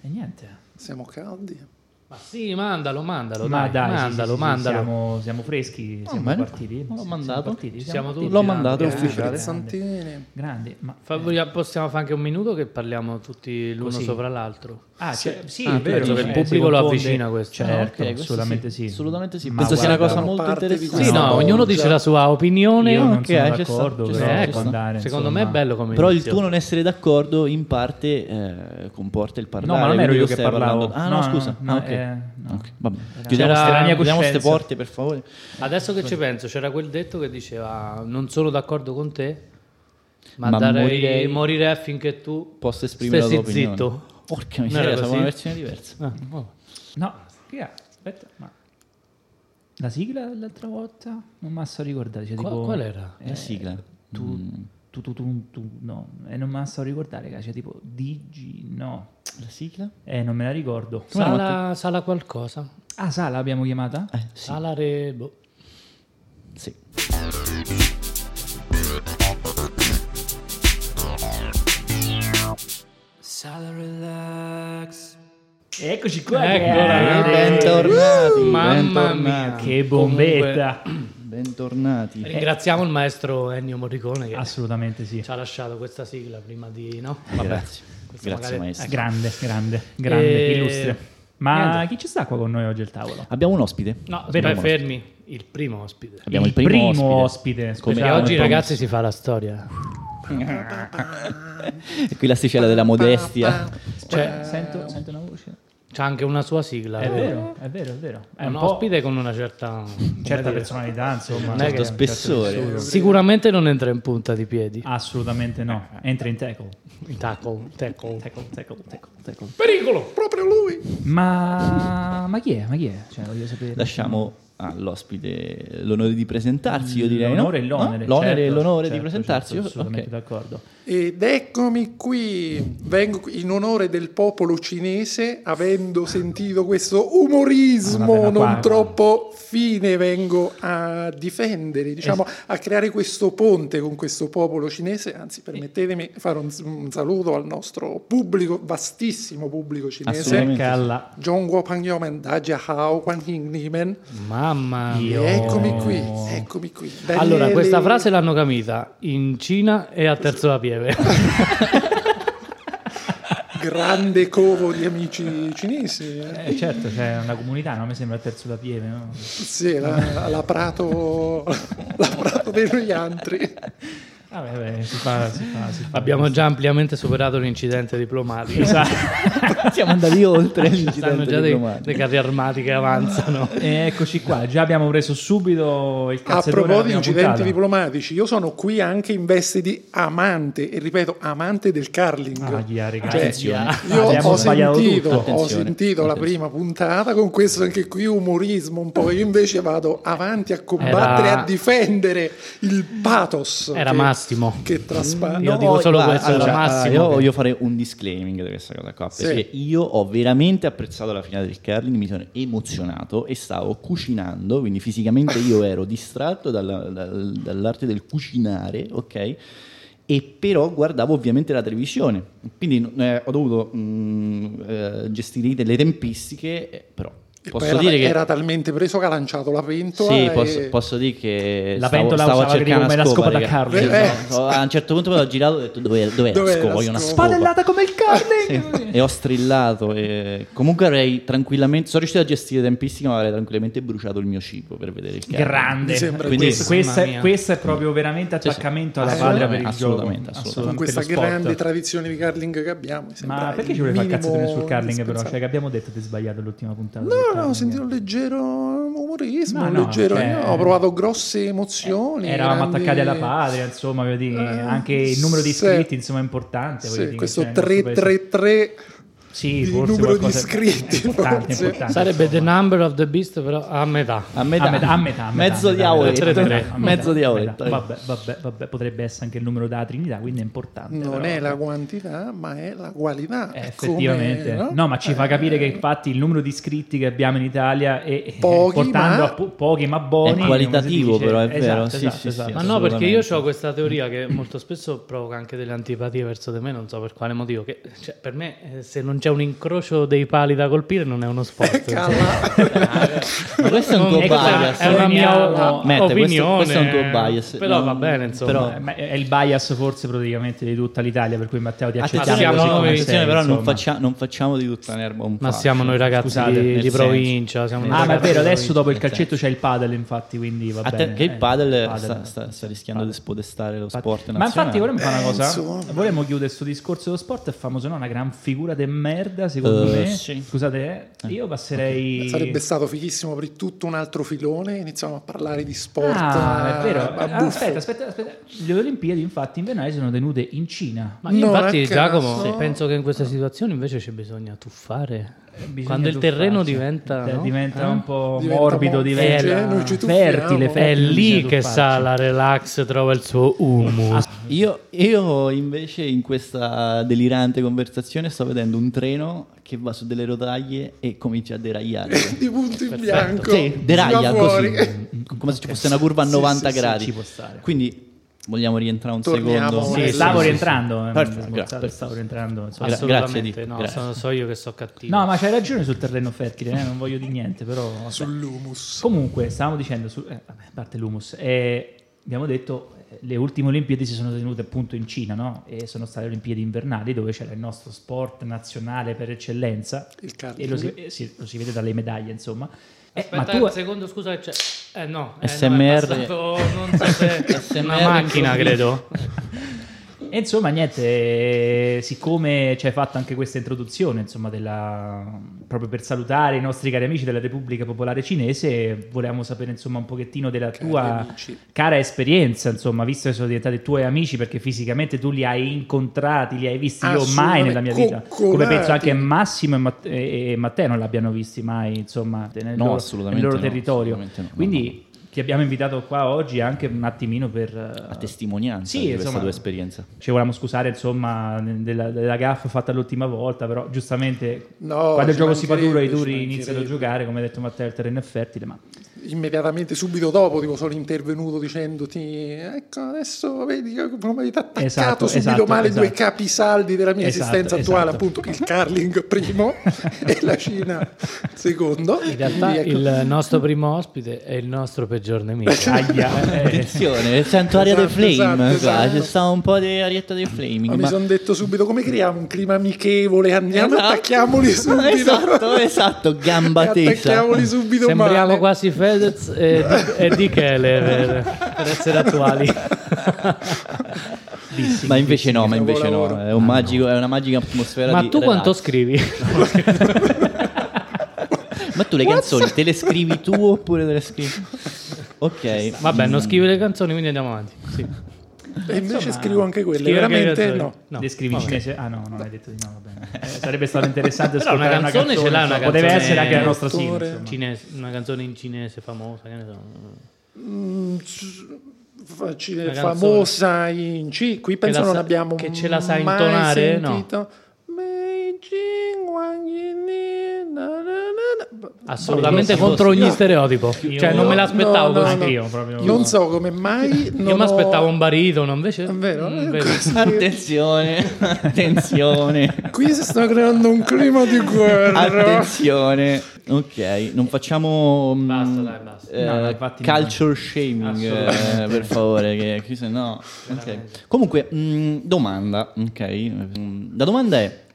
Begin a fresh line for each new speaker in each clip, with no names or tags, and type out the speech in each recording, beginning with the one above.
E niente.
Siamo caldi.
Ma sì, mandalo, mandalo,
Ma
dai,
dai, sì,
mandalo,
sì, sì,
mandalo.
Siamo, siamo freschi, siamo
bene.
partiti.
L'ho
siamo
mandato.
partiti,
Ci siamo
partiti.
tutti. L'ho
mandato, è
Eh,
Grande,
ufficiale.
Grande,
Frizzantini.
grande, ma...
Fa- vogliamo- possiamo fare anche un minuto che parliamo tutti l'uno
Così.
sopra l'altro.
Ah, cioè, sì,
Ah,
è vero,
penso che il
eh,
pubblico
si
lo
confonde.
avvicina questo.
Certo,
ok, questo
assolutamente sì.
sì, assolutamente sì.
Ma
Penso sia
guarda,
una cosa
no,
fanno
molto
parte di
interessante.
Sì,
questo
no,
mondo.
ognuno dice la sua opinione.
Io non
ok,
sono
ci sta,
d'accordo,
ci
però
sta,
può
ci sta.
andare,
Eh, ecco, Secondo
insomma.
me è bello come
Però il
inizio.
tuo non essere d'accordo in parte eh, comporta il parlare.
No, ma non
quindi
ero io
tu
che
stai
parlavo.
parlando- Ah, no,
No,
scusa.
no,
Ah, ok.
eh, no.
Ok, va bene.
C'era
Chiudiamo ste-
la mia
chiudiamo queste
coscienza.
porte, per favore.
Adesso che ci penso, c'era quel detto che diceva non sono d'accordo con te, ma,
Ma
darei- morirei,
morirei-
finché tu
Posso esprimere
stessi
la tua opinione.
zitto.
Porca
Non
miseria,
era
siamo
così?
una versione diversa.
Ah,
boh,
oh.
No, che ha? aspetta, ma... La sigla dell'altra volta? Non mi so ricordare. Cioè,
Qua-
tipo...
qual era?
La sigla.
Tu, tu, tu, tu, tu, no, e non me la so ricordare, cioè tipo Digi, no,
La sigla?
eh, non me la ricordo.
Sala, sala qualcosa.
Ah, Sala l'abbiamo chiamata?
Sala re... boh.
Sì.
Eh, Eccoci qua,
Eccola.
eh,
bentornati.
Mamma mia,
bentornati,
che bombetta!
Bentornati.
Ringraziamo il maestro Ennio Morricone che
Assolutamente Ah, sì.
ci ha lasciato questa sigla prima di... No?
Grazie.
Questo
Grazie
magari-
maestro.
Eh, Grande, grande, grande,
E-
illustre. Ma chi ci sta qua con noi oggi al tavolo?
Abbiamo un ospite.
No,
Abbiamo
aspetta,
un ospite.
fermi. Il primo ospite.
Abbiamo il primo, ospite.
ospite.
Come
Perché
scusa,
oggi
un po'.
ragazzi si fa la storia.
E qui l'asticella della modestia.
Cioè, sento, sento una voce.
C'ha anche una sua sigla.
È vero, è vero, è vero. È
È un
po'
ospite con una certa... come
certa
dire,
personalità, insomma.
Non è che-
Certo
Spessore.
Sicuramente non entra in punta di piedi.
Ah. Assolutamente no. Entra in tackle.
Tackle, tackle.
Tackle, tackle, tackle, tackle.
Pericolo!
Proprio lui.
Ma... ma chi è? Ma chi è? Cioè, voglio sapere.
Lasciamo all'ospite l'onore di presentarsi, io direi. no?
L'onore e l'onere.
No? L'onere e
certo,
l'onore di
certo,
presentarsi.
certo,
io-
assolutamente
ok.
d'accordo.
Ed eccomi qui, vengo qui in onore del popolo cinese, avendo sentito questo umorismo
Ah, vabbè, ma qua-
non troppo fine, vengo a difendere, diciamo, a creare questo ponte con questo popolo cinese, anzi permettetemi di fare un, un saluto al nostro pubblico, vastissimo pubblico cinese.
Assolutamente.
Calla.
John Guopangyomen, Da Jiahao, Quan Hing Nimen.
Mamma mia.
Io-
Eccomi qui, eccomi qui.
Allora,
Daniele-
questa frase l'hanno capita in Cina e a Terzo da Pieve.
grande covo di amici cinesi. eh.
Eh, certo, c'è una comunità, no? Mi sembra il terzo da pieve, no?
Sì, la, la Prato, la Prato degli altri.
Vabbè, vabbè, si fa, si fa, si fa.
Abbiamo già ampiamente superato l'incidente diplomatico.
esatto,
Siamo andati oltre
Stanno
l'incidente
già dei,
diplomatico.
dei carri armati che avanzano.
E eccoci qua, già abbiamo preso subito il
A
cazzettone
proposito di
della prima
incidenti
puntata.
diplomatici, io sono qui anche in veste di amante, e ripeto, amante del curling.
Ah, yeah, ragazzi.
Cioè,
Attenzione.
Io
Abbiamo
ho
sbagliato
sentito,
tutto.
ho
Attenzione,
sentito la
attenzione.
prima puntata con questo anche qui umorismo un po'. Io invece vado avanti a combattere,
Era-
a difendere il pathos
Era
che,
Massimo.
che traspare.
Io dico solo questo, era Massimo
cioè, Io
che-
voglio fare un disclaiming di questa cosa qua,
ah, Sì.
perché io ho veramente apprezzato la finale del curling, mi sono emozionato e stavo cucinando, quindi fisicamente io ero distratto dalla- dal- dall'arte del cucinare, ok? E però guardavo ovviamente la televisione, quindi eh, ho dovuto mm, eh, gestire delle tempistiche, eh, però
E poi
posso
era,
dire che...
era talmente preso che ha lanciato la pentola.
Sì,
e-
posso, posso dire che
La
stavo,
pentola
stavo
usava tipo
cercando una
come la
scopa,
scopa da
raga.
curling.
Sì,
Eh.
no, no, a un certo punto l'ho girato e ho detto dove, dove è la
Dov'è la
scopa? Voglio una
scopa?"
scopa.
Padellata come il curling!
E ho strillato e comunque avrei tranquillamente sono riuscito a gestire tempistica, ma avrei tranquillamente bruciato il mio cibo per vedere il cavolo.
Grande.
Mi sembra
Quindi
questo.
questo,
Mamma
è,
mia.
questo è proprio veramente
Sì, sì.
attaccamento alla patria per il
Assolutamente,
gioco.
assolutamente.
con questa
per lo sport.
grande tradizione di curling che abbiamo. mi sembra
Ma perché
il
ci vuole fare il
minimo
cazzatone sul curling però? Cioè
indispensabile.
che abbiamo detto ti hai sbagliato l'ultima puntata. del
No, no,
curling.
ho sentito un leggero umorismo,
No,
un
no,
leggero...
cioè-
io ho provato grosse emozioni.
Eravamo
grandi-
attaccati alla patria, insomma, voglio dire,
Eh,
anche il numero di
sì.
iscritti, insomma, è importante.
Sì,
voglio dire,
questo
cioè, nel Eh, nostro paese-
333
sì,
il
forse
numero di
qualcosa-
iscritti,
è importante,
forse.
importante,
Sarebbe The
insomma.
Number of the Beast, però a metà.
A metà,
A metà, a metà, a metà,
mezzo
a
di
metà,
auretto.
tre, tre.
A metà,
mezzo di
a
auretto.
metà. Vabbè, vabbè, vabbè, potrebbe essere anche il numero della Trinità, quindi è importante.
non
però.
è la quantità, ma è la qualità.
Eh, effettivamente.
Come,
no? ma ci fa
Eh,
capire che infatti il numero di iscritti che abbiamo in Italia è
Pochi,
portando
ma-
a po- pochi ma buoni. come si
qualitativo,
dice.
però, è
Esatto,
vero, sì,
esatto,
sì, sì,
esatto.
Ma no, perché io
Assolutamente.
ho questa teoria che molto spesso provoca anche delle antipatie verso di me, non so per quale motivo. Che, cioè, per me, eh, se non c'è c'è un incrocio dei pali da colpire, non è uno sport. Cioè, insomma.
Calma.
Ma questo è un tuo
Ecco,
bias. eh?
è una mia
Matt, questo-
opinione,
questo è un tuo bias.
però
Non-
va bene, insomma.
però-
Eh, ma è il bias forse praticamente di tutta l'Italia, per cui Matteo ti accettiamo
siamo
così
noi,
come sei,
Attenzione, però non,
insomma.
faccia- non facciamo di tutta l'erba un
Ma
fascio.
siamo noi ragazzi
Scusate,
di,
nel
di
senso.
provincia. Siamo
Nel
noi
Ah, ma è
ragazzi
vero,
di
adesso
provincia.
dopo il calcetto c'è il padel, infatti, quindi va
Atten-
bene.
che
eh,
il padel,
padel.
sta, sta- sta rischiando di spodestare lo
Infatti-
sport
Ma
nazionale.
infatti vorremmo fare una
Eh,
cosa,
insomma.
vorremmo chiudere questo discorso dello sport, è famoso no? una gran figura de merda secondo
Eh,
me,
sì.
scusate, eh, io passerei...
Sarebbe stato fighissimo aprire tutto un altro filone. Iniziamo a parlare di sport. eh,
Ah, è vero.
a- a
Ah,
buffe.
aspetta, aspetta, aspetta. Le Olimpiadi, infatti, invernali sono tenute in Cina.
Ma
No,
infatti,
a caso.
Giacomo,
Sì.
penso che in questa situazione invece ci bisogna tuffare.
Eh, Bisogna
Quando il
tuffarsi.
terreno diventa,
Eh,
no?
diventa
Eh?
un po'
Diventa
morbido,
mo-
diventa
Eh, noi ci tuffiamo.
fertile,
È
fertile,
È lì
bisogna
che
tuffarsi.
sa la relax, trova il suo humus.
Io, io invece in questa delirante conversazione sto vedendo un treno che va su delle rotaie e comincia a deragliare.
di punto in bianco.
Sì, deraglia
Va fuori.
così, come se ci fosse una curva a 90
sì, sì,
gradi.
ci può stare.
Quindi vogliamo rientrare un
Torniamo.
secondo.
Sì,
Sì,
sì,
stavo
sì,
rientrando, eh,
Perfetto,
stavo-
grazie,
stavo
perfetto.
rientrando. insomma.
Gra- grazie,
Assolutamente,
Dico,
no,
grazie.
sono- so io che so cattivo.
No, ma c'hai ragione sul terreno fertile, eh, non voglio di niente, però... vabbè.
Sull'humus.
Comunque, stavamo dicendo, su- eh, vabbè, a parte l'humus, eh, abbiamo detto eh, le ultime Olimpiadi si sono tenute appunto in Cina, no? E sono state le Olimpiadi invernali dove c'era il nostro sport nazionale per eccellenza.
Il karting.
E lo si, eh, sì, lo si vede dalle medaglie, insomma. Eh,
Aspetta
ma tu...
un secondo, scusa, che c'è... Eh no, eh, no, è
SMR.
passato, non so se... una macchina, credo.
E insomma, niente, eh, siccome ci hai fatto anche questa introduzione, insomma, della- proprio per salutare i nostri cari amici della Repubblica Popolare Cinese, volevamo sapere, insomma, un pochettino della
Cari
tua
amici.
cara esperienza, insomma, visto che sono diventati tuoi amici, perché fisicamente tu li hai incontrati, li hai visti io mai nella mia vita.
Assolutamente,
Come penso anche
coccolati.
Massimo e, Mat- e- e Matteo non l'abbiano visti mai, insomma, nel
No,
loro,
assolutamente
nel loro
no,
territorio.
assolutamente no, no,
Quindi ti abbiamo invitato qua oggi anche un attimino per...
A testimonianza
Sì,
di questa
insomma.
tua esperienza.
Ci volevamo scusare, insomma, della, della gaffa fatta l'ultima volta, però giustamente
No,
quando il
ci
gioco si fa duro e i
mancherebbe, ci
duri iniziano a
mancherebbe.
giocare, come ha detto Matteo, il terreno è fertile, ma
immediatamente subito dopo tipo, sono intervenuto dicendoti ecco adesso vedi come hai attaccato
Esatto,
subito
esatto,
male due
esatto.
capisaldi della mia
Esatto,
esistenza attuale
esatto.
appunto il curling primo e la Cina secondo
In realtà
Quindi, ecco,
il nostro primo ospite è il nostro peggior nemico.
aia, eh,
Attenzione, sento aria
Esatto,
dei flame
esatto,
qua,
esatto.
c'è stata un po' di arietta dei flaming.
ma mi
ma-
sono detto subito come creiamo un clima amichevole andiamo
Esatto.
attacchiamoli subito
Esatto, esatto, gamba
E
tesa.
attacchiamoli subito
Sembriamo
male.
quasi Fedez e, e Di Keller per, per essere attuali.
ma invece no, ma
Bravo
invece no,
lavoro.
è, un magico- è una magica atmosfera
Ma
di
tu quanto
relax.
scrivi?
Ma tu le canzoni te le scrivi tu oppure te le scrivi? Ok.
Vabbè,
Mm.
non scrivi le canzoni, quindi andiamo avanti. Sì.
e invece
Insomma,
scrivo anche quelle
scrivo anche
veramente
le
no
canzoni.
no,
No,
descrivi
vabbè.
cinese? Ah no, non hai detto di no, va bene. Eh, sarebbe stato interessante
Però una
ascoltare
canzone ce l'ha, una
insomma, Poteva
canzone-
essere anche la nostra
Attore.
sigla, insomma.
Cinese- una canzone in cinese famosa, che ne so.
Faci-
Una canzone.
famosa in C. Qui penso
la
non
sa-
abbiamo
che ce la sa
mai
intonare? No.
sentito. Beijing, Guanyin, na, na, na, na.
Assolutamente
Io-
contro ogni
io-
stereotipo. Cioè, non me l'aspettavo
No, no,
così.
no.
Io proprio-
Non so come mai. non
Io mi
ho-
aspettavo un baritono, invece.
È vero?
Mm, vedi.
Attenzione, attenzione.
Qui si sta creando un clima di guerra.
Attenzione, ok, non facciamo mm,
Basta, dai, basta.
eh,
No, no, infatti no.
culture shaming eh, per favore, che qui se no. ok. Comunque, mm, domanda, ok, Mm, la domanda è,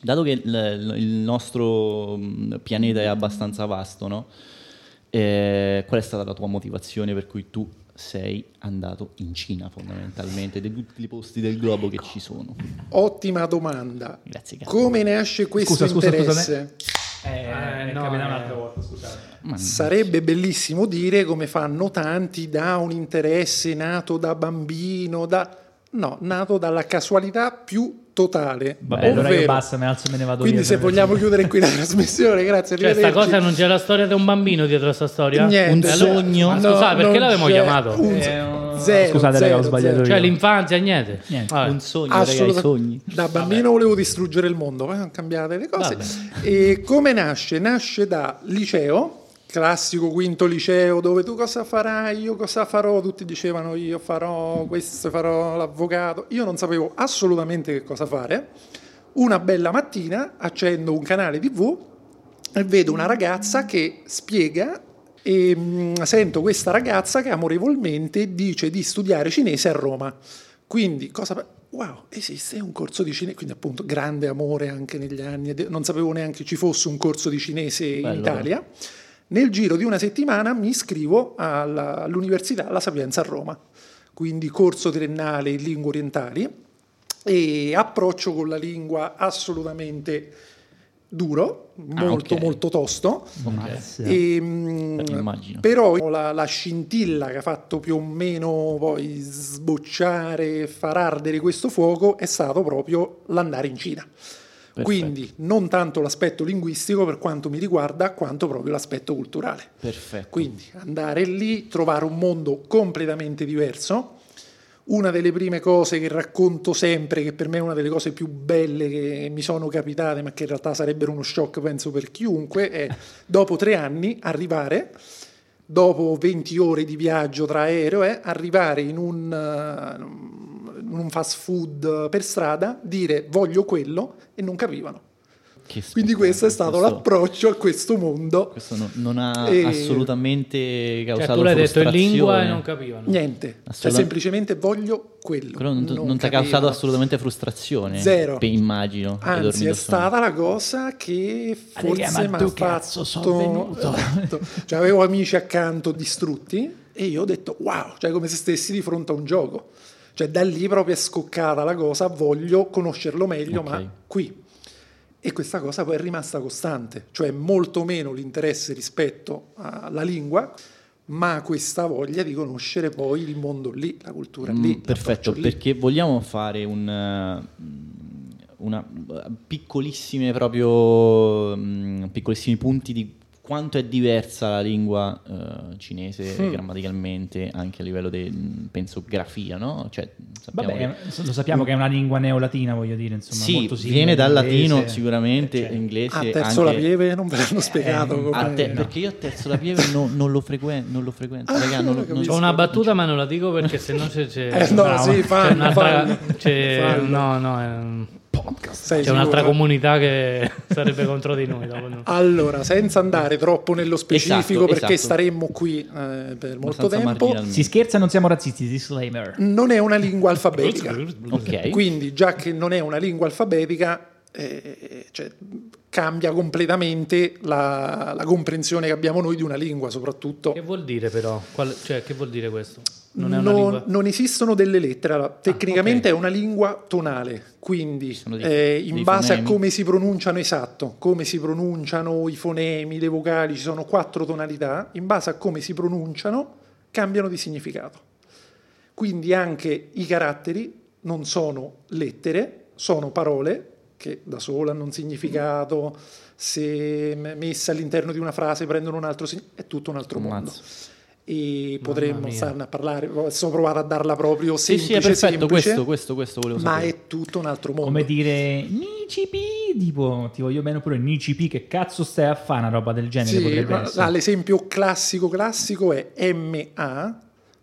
dato che il, il nostro mm, pianeta è abbastanza vasto, no? Eh, qual è stata la tua motivazione per cui tu sei andato in Cina fondamentalmente, di tutti i posti del globo
Ecco.
che ci sono?
Ottima domanda.
Grazie, cazzo.
Come nasce questo
Scusa, scusa, scusa,
interesse?
Eh,
Eh, no,
capita
eh.
un'altra volta, scusate.
Sarebbe bellissimo dire come fanno tanti da un interesse nato da bambino, da... no, nato dalla casualità più totale.
Vabbè, allora io
Ovvero-
basta, me alzo e me ne vado
Quindi
via,
se
per-
vogliamo chiudere qui la trasmissione, grazie,
Cioè, sta
arrivederci.
cosa non c'è la storia di un bambino dietro a sta storia?
Niente,
un
cioè,
sogno?
Ma scusate, perché
non
l'avevamo
c'è
chiamato?
un-
Eh, un-
zero,
Scusate, raga, ho
zero,
sbagliato
zero.
io.
Cioè, l'infanzia, niente.
Niente.
Vabbè. Ah,
Un sogno, raga, i
Assoluta-
sogni.
Da bambino volevo distruggere il mondo, poi hanno cambiato le cose. E come nasce? Nasce da liceo, classico quinto liceo, dove tu cosa farai, io cosa farò, tutti dicevano io farò questo, farò l'avvocato. Io non sapevo assolutamente che cosa fare. una bella mattina accendo un canale TV e vedo una ragazza che spiega e mh, sento questa ragazza che amorevolmente dice di studiare cinese a Roma. Quindi, cosa... pe- Wow, esiste un corso di cinese, quindi appunto grande amore anche negli anni, ed- non sapevo neanche ci fosse un corso di cinese in
Bello,
Italia. Nel giro di una settimana mi iscrivo alla- all'Università La Sapienza a Roma, quindi corso triennale in lingue orientali e approccio con la lingua assolutamente duro, molto
Ah, ok. Eh,
molto tosto.
eh,
Ammazza.
E, mm,
Immagino.
però la, la scintilla che ha fatto più o meno poi sbocciare, far ardere questo fuoco è stato proprio l'andare in Cina. Quindi non tanto l'aspetto linguistico per quanto mi riguarda, quanto proprio l'aspetto culturale.
Perfetto.
Quindi andare lì, trovare un mondo completamente diverso. Una delle prime cose che racconto sempre, che per me è una delle cose più belle che mi sono capitate, ma che in realtà sarebbero uno shock, penso, per chiunque, è dopo tre anni arrivare, dopo 20 ore di viaggio tra aereo, eh, arrivare in un, eh, in un fast food per strada, dire voglio quello e non capivano.
Che
Quindi
spettacolo.
questo è stato
Questo-
l'approccio a questo mondo.
Questo non, non ha
E-
assolutamente
Cioè,
causato
tu l'hai detto in
frustrazione.
lingua e non capivano.
Niente, cioè,
Assolutamente.
semplicemente voglio quello.
Però non, non ti ha
capivano.
causato assolutamente frustrazione.
Zero.
Pe- immagino. che
Anzi,
dormendo
è stata la cosa che
Raga, Ah, ma
forse mi ha
tu
fatto...
cazzo, sono venuto.
Esatto. Cioè, avevo amici accanto distrutti e io ho detto wow, cioè come se stessi di fronte a un gioco. Cioè da lì proprio è scoccata la cosa, voglio conoscerlo meglio,
Ok.
ma qui. E questa cosa poi è rimasta costante, cioè molto meno l'interesse rispetto alla lingua, ma questa voglia di conoscere poi il mondo lì, la cultura
Mm,
lì.
perfetto,
l'approccio lì.
perché vogliamo fare un, eh, una piccolissime proprio mm, piccolissimi punti di quanto è diversa la lingua eh, cinese
Hmm.
grammaticalmente anche a livello di penso grafia, no? Cioè, sappiamo
Vabbè, eh,
che-
lo sappiamo che è una lingua neolatina, voglio dire, insomma,
sì,
molto simile
viene dal
all'inglese.
latino
Eh,
sicuramente,
certo.
Cioè,
inglese
Ah, terzo la
anche
pieve non ve
Eh,
l'hanno spiegato
a
come-
te- perché io a terzo la pieve no- non lo frequento, non lo frequento,
Ah,
raga, non lo- non-
Ho una battuta, ma non la dico perché se no c'è. c'è
Eh, no,
bravo.
sì, fallo,
C'è un'altra-
fallo.
c'è-
Fallo.
no, no, è un-
Sei
c'è un'altra
sicuro?
comunità che sarebbe contro di noi. dopo no.
Allora, senza andare troppo nello specifico,
Esatto,
perché
esatto.
staremmo qui eh, per molto
abbastanza
tempo,
marginalmente.
Si scherza, non siamo razzisti, disclaimer.
non è una lingua alfabetica.
Ok.
Quindi, già che non è una lingua alfabetica, eh, cioè, cambia completamente la, la comprensione che abbiamo noi di una lingua, soprattutto.
Che vuol dire però? Qual- cioè, che vuol dire questo? Non è una
Non-
lingua. Ah,
non esistono delle lettere, Allora, tecnicamente è una lingua tonale, quindi
Sono dei-
eh, in
dei
base
fonemi.
a come si pronunciano esatto, come si pronunciano i fonemi, le vocali, ci sono quattro tonalità, in base a come si pronunciano cambiano di significato. Quindi anche i caratteri non sono lettere, sono parole che da sola hanno un significato, se m- messe all'interno di una frase prendono un altro significato, è tutto un altro mondo
Ammazzo.
e
Mamma
potremmo
mia.
starne a parlare. Sono provato a darla proprio
Sì,
semplice,
sì, è perfetto,
semplice,
questo, questo, questo volevo
ma
sapere.
è tutto un altro mondo.
Come dire Nicipi, tipo ti voglio bene oppure Nicipi, che cazzo stai a fare una roba del genere?
Sì,
potrebbe
ma-
essere.
ah, l'esempio classico classico è MA,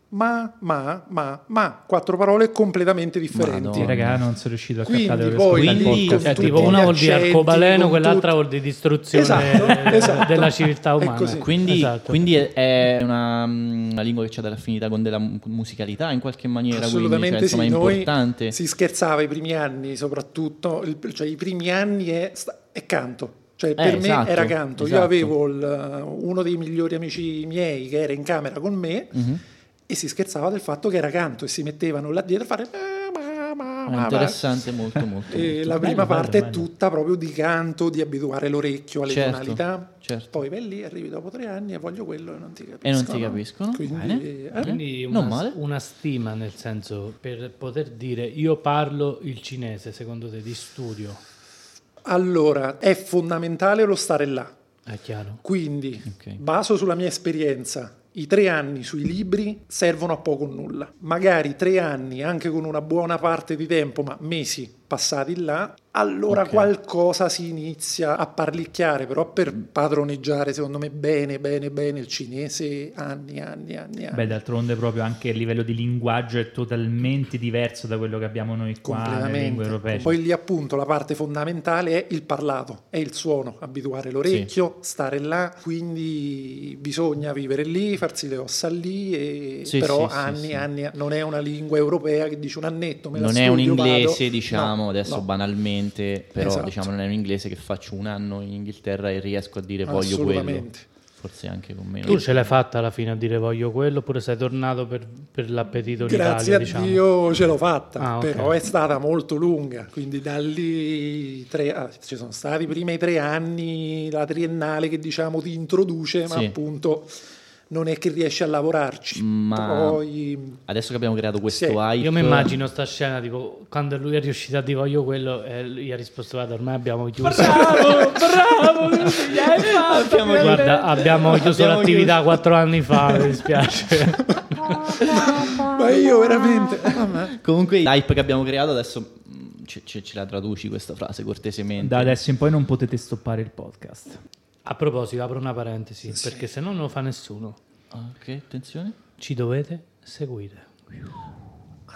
ma, ma, ma, ma, quattro parole completamente differenti.
Sì,
Madonna.
raga, non sono riuscito a
Quindi
captare il
poi- Quindi-
podcast.
Cioè,
con
tipo,
tutti
una
gli
vuol dire
accenti,
arcobaleno,
con
quell'altra
tutti-
vuol dire distruzione
Esatto,
eh,
esatto.
della civiltà
È
umana.
così.
Quindi,
Esatto.
quindi è è una, mm, una lingua che ha dell'affinità con della mu- musicalità in qualche maniera, quindi cioè,
Assolutamente
insomma,
sì,
è
noi
importante.
si scherzava i primi anni, soprattutto, il- cioè i primi anni è, sta- è canto. Cioè, per me
esatto,
era canto. Io
esatto.
avevo il- uno dei migliori amici miei che era in camera con me
Mhm.
e si scherzava del fatto che era canto e si mettevano là dietro a fare. ma, ma, ma,
È
ma.
Ah, interessante molto, molto.
E
molto.
la prima
Bello,
parte
bello,
è
bello.
tutta proprio di canto, di abituare l'orecchio alle
Certo,
tonalità.
certo.
Poi per lì arrivi dopo tre anni e voglio quello e non ti capisco.
E non ti capiscono.
Quindi,
Bene.
eh,
Quindi
Eh,
una,
non male.
una stima nel senso per poter dire io parlo il cinese secondo te di studio
Allora, è fondamentale lo stare là.
è chiaro
Quindi,
Ok.
baso sulla mia esperienza, i tre anni sui libri servono a poco o nulla. Magari tre anni, anche con una buona parte di tempo, ma mesi passati là, allora
Ok.
qualcosa si inizia a parlicchiare, però per
Mm.
padroneggiare secondo me bene, bene, bene il cinese anni, anni, anni, anni.
Beh, d'altronde proprio anche il livello di linguaggio è totalmente diverso da quello che abbiamo noi qua nelle lingue europee.
Completamente. Poi lì appunto la parte fondamentale è il parlato, è il suono, abituare l'orecchio, stare là, quindi bisogna vivere lì, farsi le ossa lì, e-
Sì,
però
sì, sì,
anni,
sì.
anni, non è una lingua europea che dice un annetto, me la
non è un
studio,
inglese,
vado.
diciamo,
No,
adesso
no.
banalmente, però
Esatto.
diciamo non è un inglese che faccio un anno in Inghilterra e riesco a dire voglio quello.
Assolutamente.
Forse anche con meno.
Tu ce l'hai fatta alla fine a dire voglio quello oppure sei tornato per, per l'appetito
Grazie
in Italia?
a
diciamo.
Dio ce l'ho fatta,
Ah, ok.
però è stata molto lunga, quindi da lì tre- ah, ci sono stati i primi tre anni, la triennale che diciamo ti introduce, ma
Sì.
appunto non è che riesci a lavorarci.
Ma-
Poi
Adesso che abbiamo creato questo
Sì,
hype...
Io mi immagino sta scena, tipo, quando lui è riuscito a dire voglio quello, e lui ha risposto, guarda, ormai abbiamo chiuso.
Bravo, bravo, gli hai
Ah,
fatto,
Abbiamo
Pierre.
Guarda, abbiamo chiuso
Abbiamo
l'attività quattro anni fa, mi dispiace.
ma io veramente... mamma,
Comunque l'hype che abbiamo creato adesso... mm, Ce, ce- ce la traduci questa frase cortesemente.
Da adesso in poi non potete stoppare il podcast.
A proposito, apro una parentesi, perché se no non lo fa nessuno.
Ah, Ok, attenzione.
Ci dovete seguire.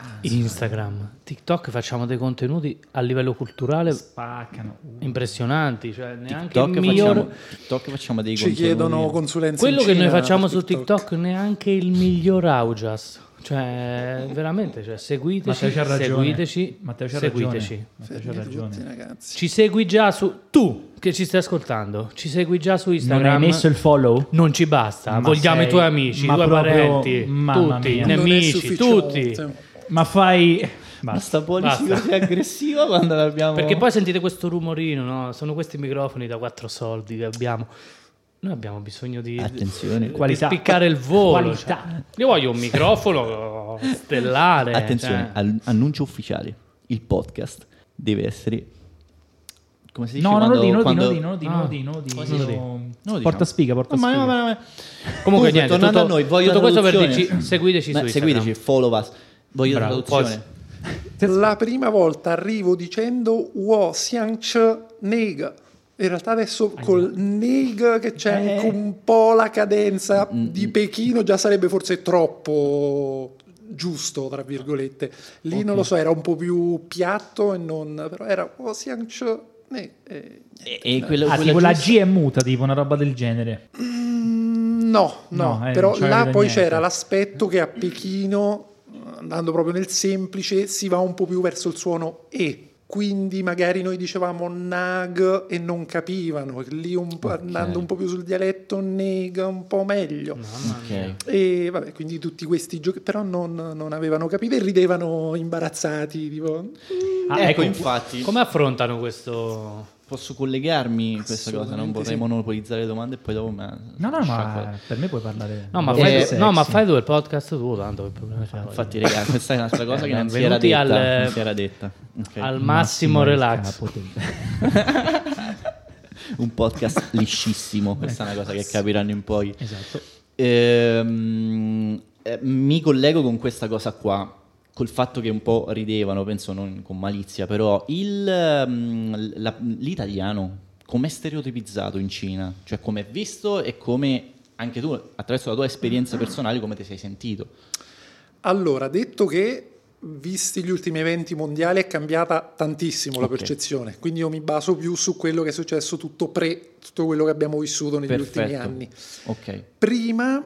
Ah. Instagram, TikTok, facciamo dei contenuti a livello culturale
Spaccano. Uh,
impressionanti, cioè neanche
TikTok
il
facciamo,
miglior...
TikTok facciamo dei
ci
contenuti.
chiedono consulenze. in
Quello che
Cina
noi facciamo
per
su TikTok neanche il miglior Augas. Cioè, veramente, cioè, seguiteci,
Matteo c'ha ragione.
seguiteci,
Matteo c'ha
seguiteci.
ragione. Matteo c'ha
Tutti,
ragione.
ragazzi.
Ci segui già su... Tu, che ci stai ascoltando, ci segui già su
Non
Instagram.
hai messo il follow?
Non ci basta,
Ma
vogliamo
sei-
i tuoi amici, i
ma
tuoi
proprio-
parenti,
mamma
tutti, i
mia.
Non è
nemici,
sufficiente.
tutti.
Ma fai...
Ma
Basta.
sta policy
Basta.
così aggressiva quando l'abbiamo...
Perché poi sentite questo rumorino, no? Sono questi microfoni da quattro soldi che abbiamo. Noi abbiamo bisogno di,
Attenzione.
di
Qualità.
spiccare il volo.
Qualità.
cioè. Io voglio un microfono stellare.
Attenzione,
cioè.
al- annuncio ufficiale. Il podcast deve essere... Come si dice?
No, non
quando,
lo di, non lo di,
quando-
non lo di, non lo di, non lo di, non lo di.
Come si dice?
Non
lo diciamo.
Porta spiga, porta
Ma- ma-
spiga. Ah,
ma- ma-
Comunque, niente,
tornando
tutto-
a noi, voglio
tutto
la
questo per
traduzione.
dirci, seguiteci
Beh,
su
seguiteci, follow us. Voglio la
Bravo,
traduzione.
La prima volta arrivo dicendo Wo Xiangche Neg. In realtà adesso col Neg che c'è anche un po' la cadenza di Pechino già sarebbe forse troppo giusto, tra virgolette. Lì non lo so, era un po' più piatto e non... però era Wo Xiangche Neg. Eh,
E, e quella,
Ah,
quella
tipo la
giusta-
G è muta, tipo una roba del genere.
No, no,
No, eh,
però
non c'aveva
là
da
poi
niente.
c'era l'aspetto che a Pechino, andando proprio nel semplice, si va un po' più verso il suono E. Quindi magari noi dicevamo nag e non capivano, e lì un po'- andando un po' più sul dialetto neg un po' meglio.
Ok.
E vabbè, quindi tutti questi giochi, però non, non avevano capito e ridevano imbarazzati, tipo...
Ah,
ecco,
ecco,
infatti,
Come affrontano questo...
posso collegarmi a questa cosa? Non
Assolutamente
vorrei
sì.
monopolizzare le domande e poi dopo... Ma...
No, no,
sciacquare.
ma per me puoi parlare.
No, ma,
Dopo
Eh,
fai,
sexy.
no, ma fai tu il podcast tuo, tanto che problema c'è?
Infatti, raga, questa è un'altra cosa che non si era
Benvenuti
detta.
al-
non si era detta. Ok.
al massimo, relax.
capo del-
Un podcast liscissimo, questa è una cosa che capiranno in poi.
Esatto.
Ehm, eh, mi collego con questa cosa qua, col fatto che un po' ridevano, penso non con malizia, però il, ehm, la- l'italiano com'è stereotipizzato in Cina, cioè come è visto e come anche tu attraverso la tua esperienza personale come ti sei sentito.
Allora, detto che visti gli ultimi eventi mondiali è cambiata tantissimo la
Ok.
percezione, quindi io mi baso più su quello che è successo tutto pre, tutto quello che abbiamo vissuto negli ultimi
Perfetto.
anni.
Ok.
Prima,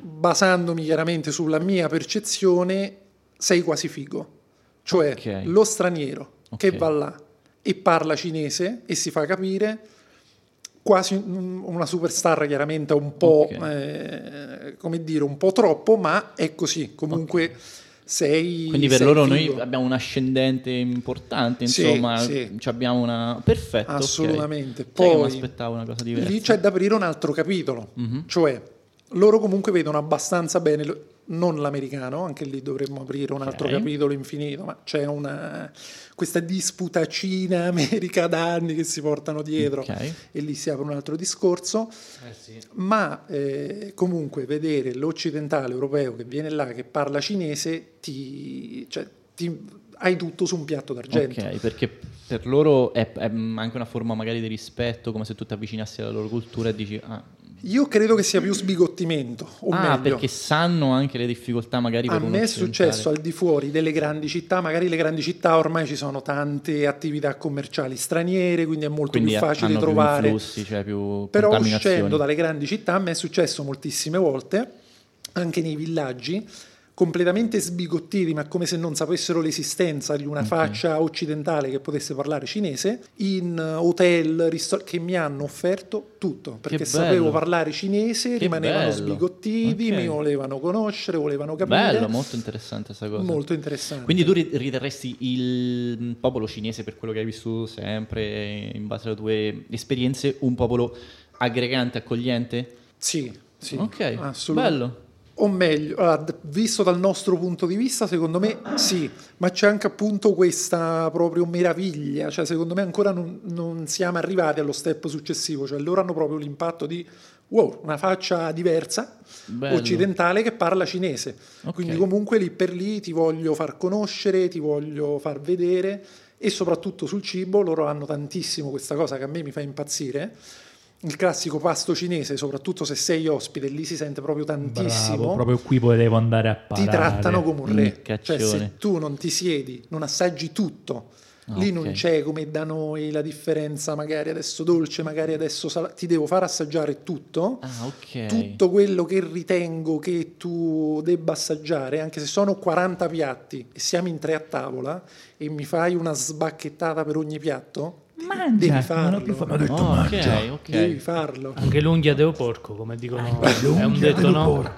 basandomi chiaramente sulla mia percezione, sei quasi figo, cioè
Ok.
lo straniero
Ok.
che va là e parla cinese e si fa capire quasi un- una superstar chiaramente un po'
Ok.
eh, come dire un po' troppo ma è così comunque sei
Quindi per
sei
loro
figo.
noi abbiamo un ascendente importante,
Sì,
insomma,
sì.
ci abbiamo una... Perfetto. ok.
Assolutamente.
Sai che mi
Poi-
aspettavo una cosa diversa.
lì c'è da aprire un altro capitolo
Mhm.
cioè loro comunque vedono abbastanza bene lo- non l'americano anche lì dovremmo aprire un altro
Ok.
capitolo infinito ma c'è una questa disputa Cina America da anni che si portano dietro
Ok.
e lì si apre un altro discorso
Eh sì.
ma eh, comunque vedere l'occidentale europeo che viene là che parla cinese ti, cioè, ti hai tutto su un piatto d'argento.
Ok, perché per loro è, è anche una forma magari di rispetto, come se tu ti avvicinassi alla loro cultura e dici, ah,
Io credo che sia più sbigottimento, o
ah,
meglio,
perché sanno anche le difficoltà magari
a
per uno
me è
occidentale.
successo al di fuori delle grandi città, magari le grandi città ormai ci sono tante attività commerciali straniere, quindi è molto
Quindi
più facile
hanno più
trovare.
influssi, cioè più
Però
contaminazioni.
uscendo dalle grandi città a me è successo moltissime volte, anche nei villaggi, completamente sbigottiti, ma come se non sapessero l'esistenza di una faccia occidentale che potesse parlare cinese, in eh, hotel, ristoranti, che mi hanno offerto tutto, perché sapevo
bello.
parlare cinese,
Che
rimanevano
bello.
sbigottiti,
Ok.
mi volevano conoscere, volevano capire.
Bello, molto interessante questa cosa.
Molto interessante.
Quindi tu ri- riterresti il popolo cinese, per quello che hai vissuto sempre, in base alle tue esperienze, un popolo aggregante, accogliente?
Sì, sì.
ok,
assolutamente.
bello.
O meglio, allora, d- visto dal nostro punto di vista, secondo me sì, ma c'è anche appunto questa proprio meraviglia, cioè secondo me ancora non, non siamo arrivati allo step successivo, cioè loro hanno proprio l'impatto di wow, una faccia diversa,
Bello.
occidentale che parla cinese,
Ok.
quindi comunque lì per lì ti voglio far conoscere, ti voglio far vedere e soprattutto sul cibo loro hanno tantissimo questa cosa che a me mi fa impazzire. Il classico pasto cinese, soprattutto se sei ospite, lì si sente proprio tantissimo
Bravo, proprio qui potevo andare a
ti
parlare.
trattano come un re.
Miccaccione.
Cioè, se tu non ti siedi, non assaggi tutto. Lì
Ah,
non
ok.
c'è come da noi la differenza, magari adesso dolce, magari adesso sala- ti devo far assaggiare tutto.
Ah, ok.
Tutto quello che ritengo che tu debba assaggiare, anche se sono 40 piatti e siamo in tre a tavola e mi fai una sbacchettata per ogni piatto,
Mangia,
devi
Cioè,
farlo.
non ho più fame. Ho detto,
Oh,
"Ma-
ok, ok.
devi farlo.
Anche l'unghia deo porco, come dicono. È un detto no.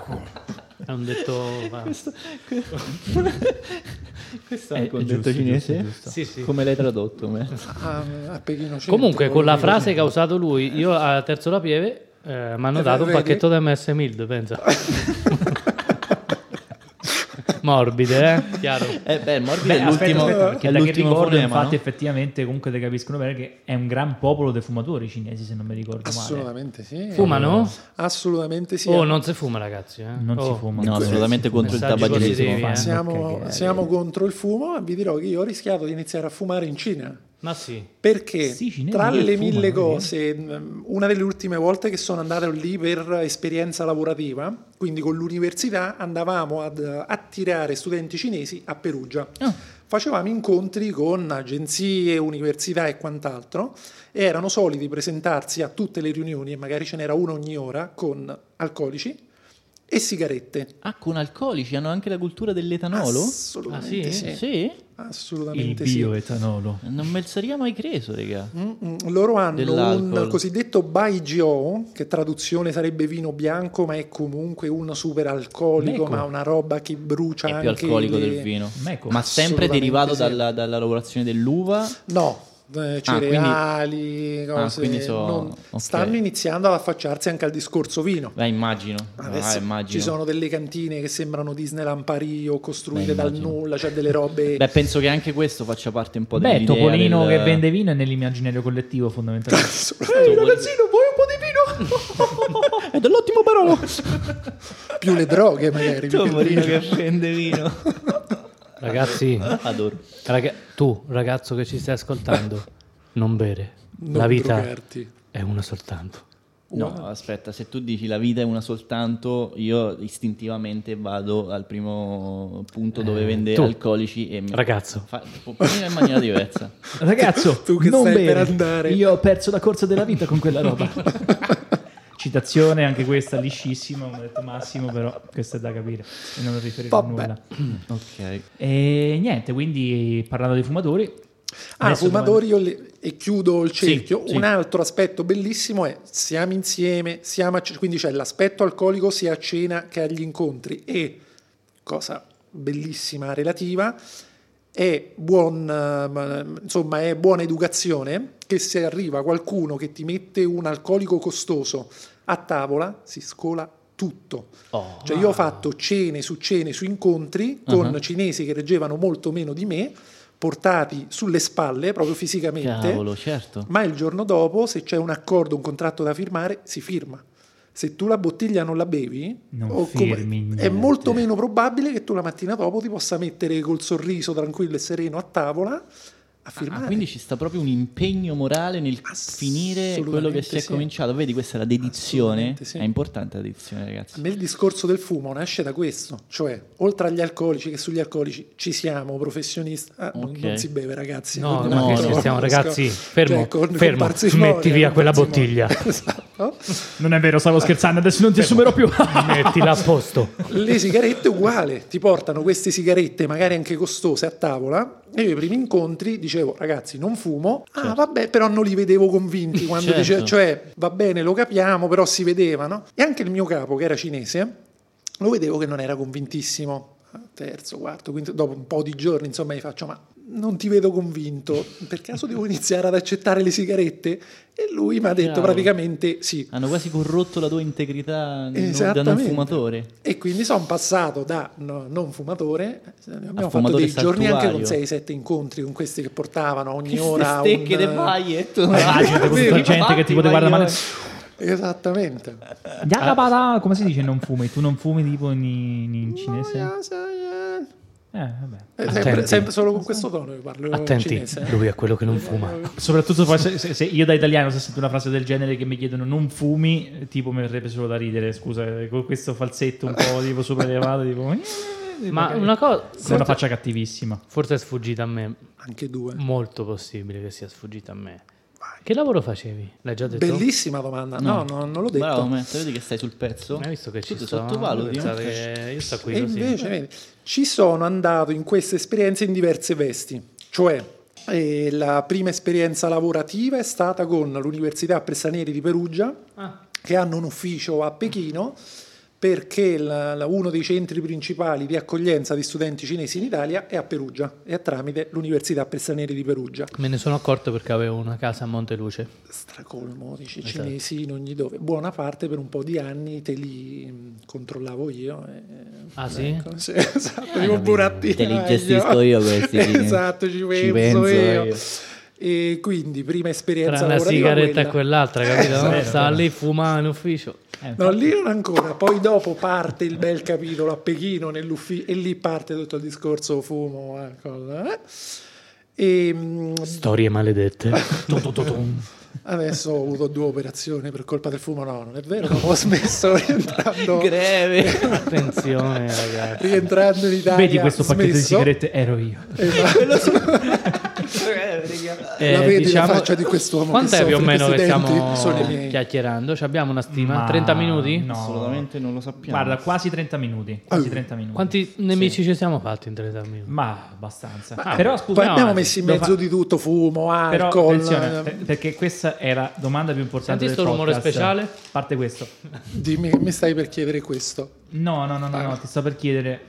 È un detto. va.
Questo
ecco,
è il
concetto
giusto,
cinese?
giusto, giusto.
Sì, sì.
Come l'hai tradotto? me?
A, a Pechino Centro,
Comunque, con la
volevo dire.
frase che ha usato lui, io a Terzo La Pieve eh, mi hanno
Eh,
dato un
vedi?
pacchetto da MS Mild, pensa. Morbide, eh? Chiaro.
Eh beh, morbido
Beh,
è
aspetta,
l'ultimo,
aspetta, perché
è
da che
l'ultimo
ricordo,
fonema,
infatti,
no?
effettivamente, comunque te capiscono bene che è un gran popolo di fumatori cinesi, se non mi ricordo male.
Assolutamente sì.
Fumano?
Assolutamente sì.
Oh, non si fuma, ragazzi. eh.
Non si
Oh.
fuma.
No, assolutamente contro il
Messaggi
tabagismo.
positivi, eh.
Sì.
Siamo,
Ok,
siamo contro il fumo, ma vi dirò che io ho rischiato di iniziare a fumare in Cina.
Ma sì.
Perché
Sì, i cinesi
tra
che
le
fumano,
mille
eh.
cose, mh, una delle ultime volte che sono andato lì per esperienza lavorativa, quindi con l'università andavamo ad eh, attirare studenti cinesi a Perugia.
Ah.
Facevamo incontri con agenzie, università e quant'altro e erano soliti presentarsi a tutte le riunioni, e magari ce n'era uno ogni ora, con alcolici e sigarette.
Ah, con alcolici hanno anche la cultura dell'etanolo?
Assolutamente
Ah,
sì.
Sì?
Il
Assolutamente sì.
bioetanolo.
Non me lo sarei mai creso, raga.
Mm, mm, Loro hanno un
Dell'alcol.
cosiddetto Baijiu, che traduzione sarebbe vino bianco, ma è comunque un super alcolico,
Ecco.
ma una roba che brucia
È
Cioè, anche
più alcolico
le-
del vino.
Ma ecco,
Ma sempre
assolutamente
derivato
sì.
dalla, dalla lavorazione dell'uva.
No, eh,
Ah, quindi-
cereali,
Ah,
cose,
quindi so-
non-
ok.
Stanno iniziando ad affacciarsi anche al discorso vino.
Beh, immagino.
Adesso
Ah, immagino.
ci sono delle cantine che sembrano Disneyland Paris o costruite
Beh,
dal
immagino.
nulla, cioè delle robe
Beh, penso che anche questo faccia parte un po'
Beh,
dell'idea
Topolino
del-
che vende vino è nell'immaginario collettivo, fondamentalmente. Eh,
Ehi, ragazzino, vuoi un po' di vino? Oh, È dell'ottimo parolo.
più le droghe magari. più che il
Topolino
vino.
che vende vino.
Ragazzi,
Adoro.
raga- tu, ragazzo che ci stai ascoltando, non bere.
Non
la vita
drogarti.
è una soltanto.
No, aspetta, se tu dici la vita è una soltanto, io istintivamente vado al primo punto
Eh,
dove vende
tu.
alcolici e mi
Ragazzo,
fa pomino in maniera diversa.
Ragazzo,
Tu che
non
stai per
bere.
andare.
Io ho perso la corsa della vita con quella roba. Citazione anche questa liscissima, come ha detto Massimo, però questo è da capire e non riferirò a
Vabbè.
nulla.
ok.
E niente, quindi parlando dei fumatori,
Ah,
Adesso
fumatori io le- e chiudo il
Sì,
cerchio.
sì.
Un altro aspetto bellissimo è siamo insieme, siamo a ce- quindi c'è l'aspetto alcolico sia a cena che agli incontri e cosa bellissima relativa è, buon, eh, ma- insomma, è buona educazione che se arriva qualcuno che ti mette un alcolico costoso a tavola si scola tutto. Cioè io ho fatto cene su cene su incontri con cinesi che reggevano molto meno di me, portati sulle spalle proprio fisicamente,
Cavolo, certo.
ma il giorno dopo se c'è un accordo, un contratto da firmare, si firma. se tu la bottiglia non la bevi,
Non
o come-
firmi niente.
è molto meno probabile che tu la mattina dopo ti possa mettere col sorriso tranquillo e sereno a tavola a firmare.
Ah, quindi ci sta proprio un impegno morale nel finire quello che si è
Assolutamente sì.
cominciato. Vedi, questa è la dedizione.
Assolutamente sì.
È importante la dedizione,
A
ragazzi.
me il discorso del fumo nasce da questo, cioè oltre agli alcolici che sugli alcolici ci siamo professionisti, ah, non-
Ok.
non si beve ragazzi.
No,
quindi
no,
non
che ci
troppo
stiamo,
riesco-
ragazzi, fermo, fermo,
parsimonia,
metti via
Cioè, con
quella
parsimonia.
bottiglia.
esatto.
Non è vero, stavo scherzando, adesso non ti assumerò più.
Mettila a posto.
Le sigarette uguale, ti portano queste sigarette magari anche costose a tavola e io ai primi incontri dicevo ragazzi non fumo, ah vabbè però non li vedevo convinti quando
Certo.
dicevo cioè va bene lo capiamo però si vedevano e anche il mio capo che era cinese lo vedevo che non era convintissimo terzo, quarto, quinto, dopo un po' di giorni insomma gli faccio ma non ti vedo convinto per caso devo iniziare ad accettare le sigarette e lui mi ha detto
Chiaro.
praticamente sì
Hanno quasi corrotto la tua integrità no- da non
Esattamente.
fumatore.
E quindi sono passato da no- non fumatore, eh, abbiamo fatto
fumatore
dei giorni anche con
saltuario.
6-7 incontri con questi che portavano ogni
Queste
ora...
stecche
un-
de paie.
Eh, gente che ti poteva guardare male.
Esattamente.
Yakabara, come si dice non fumi? Tu non fumi tipo in, in cinese? Eh,
Eh,
vabbè.
sempre,
Attenti.
sempre solo con questo tono che parlo
Attenti,
cinese. eh.
lui è quello che non fuma.
Soprattutto poi se, se- se io da italiano se sento una frase del genere che mi chiedono non fumi, tipo mi verrebbe solo da ridere, scusa, con questo falsetto un po' tipo sopraelevato, tipo... eh,
Ma
magari.
una cosa...
Con una
Forse,
faccia cattivissima.
forse è sfuggita a me.
Anche due.
Molto possibile che sia sfuggita a me.
Vai.
Che lavoro facevi? L'hai già detto?
Bellissima domanda. No, no, non l'ho detto.
Bravo, Matt, vedi che stai sul pezzo?
Hai visto che ci
Tu ti
sto?
sottovaluti,
Pensate
eh?
che Io sto qui
diciamo E
così.
invece, vedi, ci sono andato in queste esperienze in diverse vesti, cioè eh, la prima esperienza lavorativa è stata con l'Università Pressanieri di Perugia,
Ah,
che hanno un ufficio a Pechino, perché la- la- uno dei centri principali di accoglienza di studenti cinesi in Italia è a Perugia, e tramite l'Università Pressanieri di Perugia.
me ne sono accorto perché avevo una casa a Monteluce.
Stracolmo, dice
Esatto.
cinesi in ogni dove. Buona parte per un po' di anni te li mh, controllavo io. e-
Ah, sì?
Ecco, sì, esatto, tipo burattino.
Ah, Te li
eh,
gestisco io questi,
esatto, ci
ci
penso,
penso
io.
io.
E quindi prima
Tra
esperienza
una
lavorativa
sigaretta e
quella.
quell'altra, capito?
vero,
Stava
vero.
lì, fumava in ufficio.
No, lì non ancora, poi dopo parte il bel capitolo a Pechino nell'ufficio e lì parte tutto il discorso fumo, alcol, eh. Ehm, E mh,
Storie maledette.
adesso ho avuto due operazioni per colpa del fumo, no, non è vero, ho smesso rientrando,
Greve.
Attenzione, ragazzi.
rientrando in Italia.
Vedi questo pacchetto di
smesso.
sigarette? Ero io.
Eh,
La vedi la faccia di quest'uomo
Quanto
che
è più o
soffre
meno che
questi denti?
stiamo
Sono i miei.
chiacchierando? Ci abbiamo una stima?
Ma
30 minuti?
No.
Assolutamente non lo sappiamo.
Guarda, quasi 30 minuti. Quasi 30 minuti.
Quanti nemici ci siamo fatti in 30 minuti?
Ma abbastanza. Ah, però scusa,
Ah, Poi abbiamo
no,
messo
eh,
in
lo
mezzo
fa-
di tutto, fumo,
Però
alcol.
attenzione,
eh,
per- perché questa è la domanda più importante del
Senti sto rumore
podcast.
speciale?
Parte questo.
Dimmi, mi stai per chiedere questo.
No, no, no, no, no, ti sto per chiedere,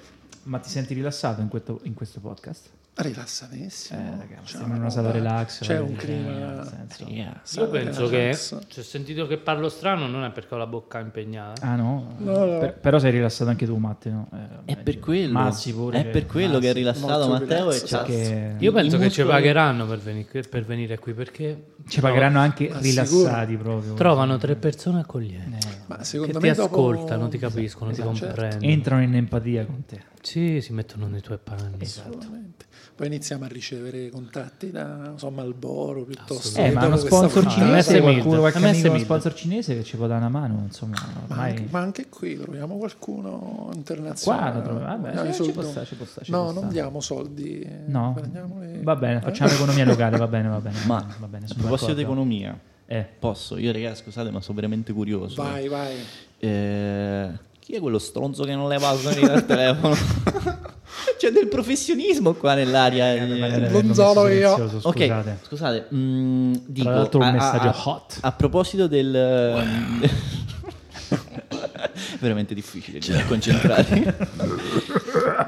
ma ti senti rilassato in questo, in questo podcast?
Rilassatissimo.
Eh, raga, ma
C'è
stiamo in
una
una sala
roba-
relax.
C'è
voglio
un
dire,
clima.
nel senso.
eh.
Io penso che
relax.
se ho sentito che parlo strano non è perché ho la bocca impegnata.
Ah no?
No, no.
Per- però sei rilassato anche tu, Matteo. no? Eh,
È
meglio.
per quello,
Mazzi pure,
è per quello che è rilassato
Molto
Matteo e
relax,
c'ha-
perché-
Io penso
i
che ci
muscoli-
pagheranno per, veni- per venire qui perché
Ci pagheranno anche
Ma
rilassati proprio.
trovano tre persone accoglienti
Ma
che
Eh, secondo
ti
me dopo-
ascoltano, ti capiscono, ti
Esatto, certo.
comprendono.
Entrano in empatia con te.
Sì, si mettono nei tuoi panni.
Esatto. Assolutamente. Poi iniziamo a ricevere contatti da non so, Malboro piuttosto.
Eh,
che
ma
dopo
uno
questa
sponsor
puntata-
cinese,
MS1000,
qualcuno, qualche amico, uno
MS1000.
sponsor cinese che ci può dare una mano, insomma,
Ma anche,
ormai
ma anche qui troviamo qualcuno
qua
internazionale.
lo troviamo. Vabbè,
Dai,
eh, ci
soldi-
può stare, ci può stare. ci
no,
può
non
stare.
diamo soldi. eh,
No,
prendiamoli-
va bene,
Eh?
facciamo economia locale, va bene, va bene.
Ma
va bene, va bene,
a
sono
proposito di
d'accordo.
economia,
Eh,
posso? Io ragazzi, scusate, ma sono veramente curioso.
Vai, vai.
Eh, chi è quello stronzo che non leva il suonino dal telefono? C'è del professionismo qua nell'aria.
eh,
Gonzalo
sono
e io.
silenzioso,
ok,
Scusate.
scusate, mm, dico,
l'altro un
a- a-
messaggio
a-
hot.
A proposito del... mm, veramente difficile cioè, concentrarmi.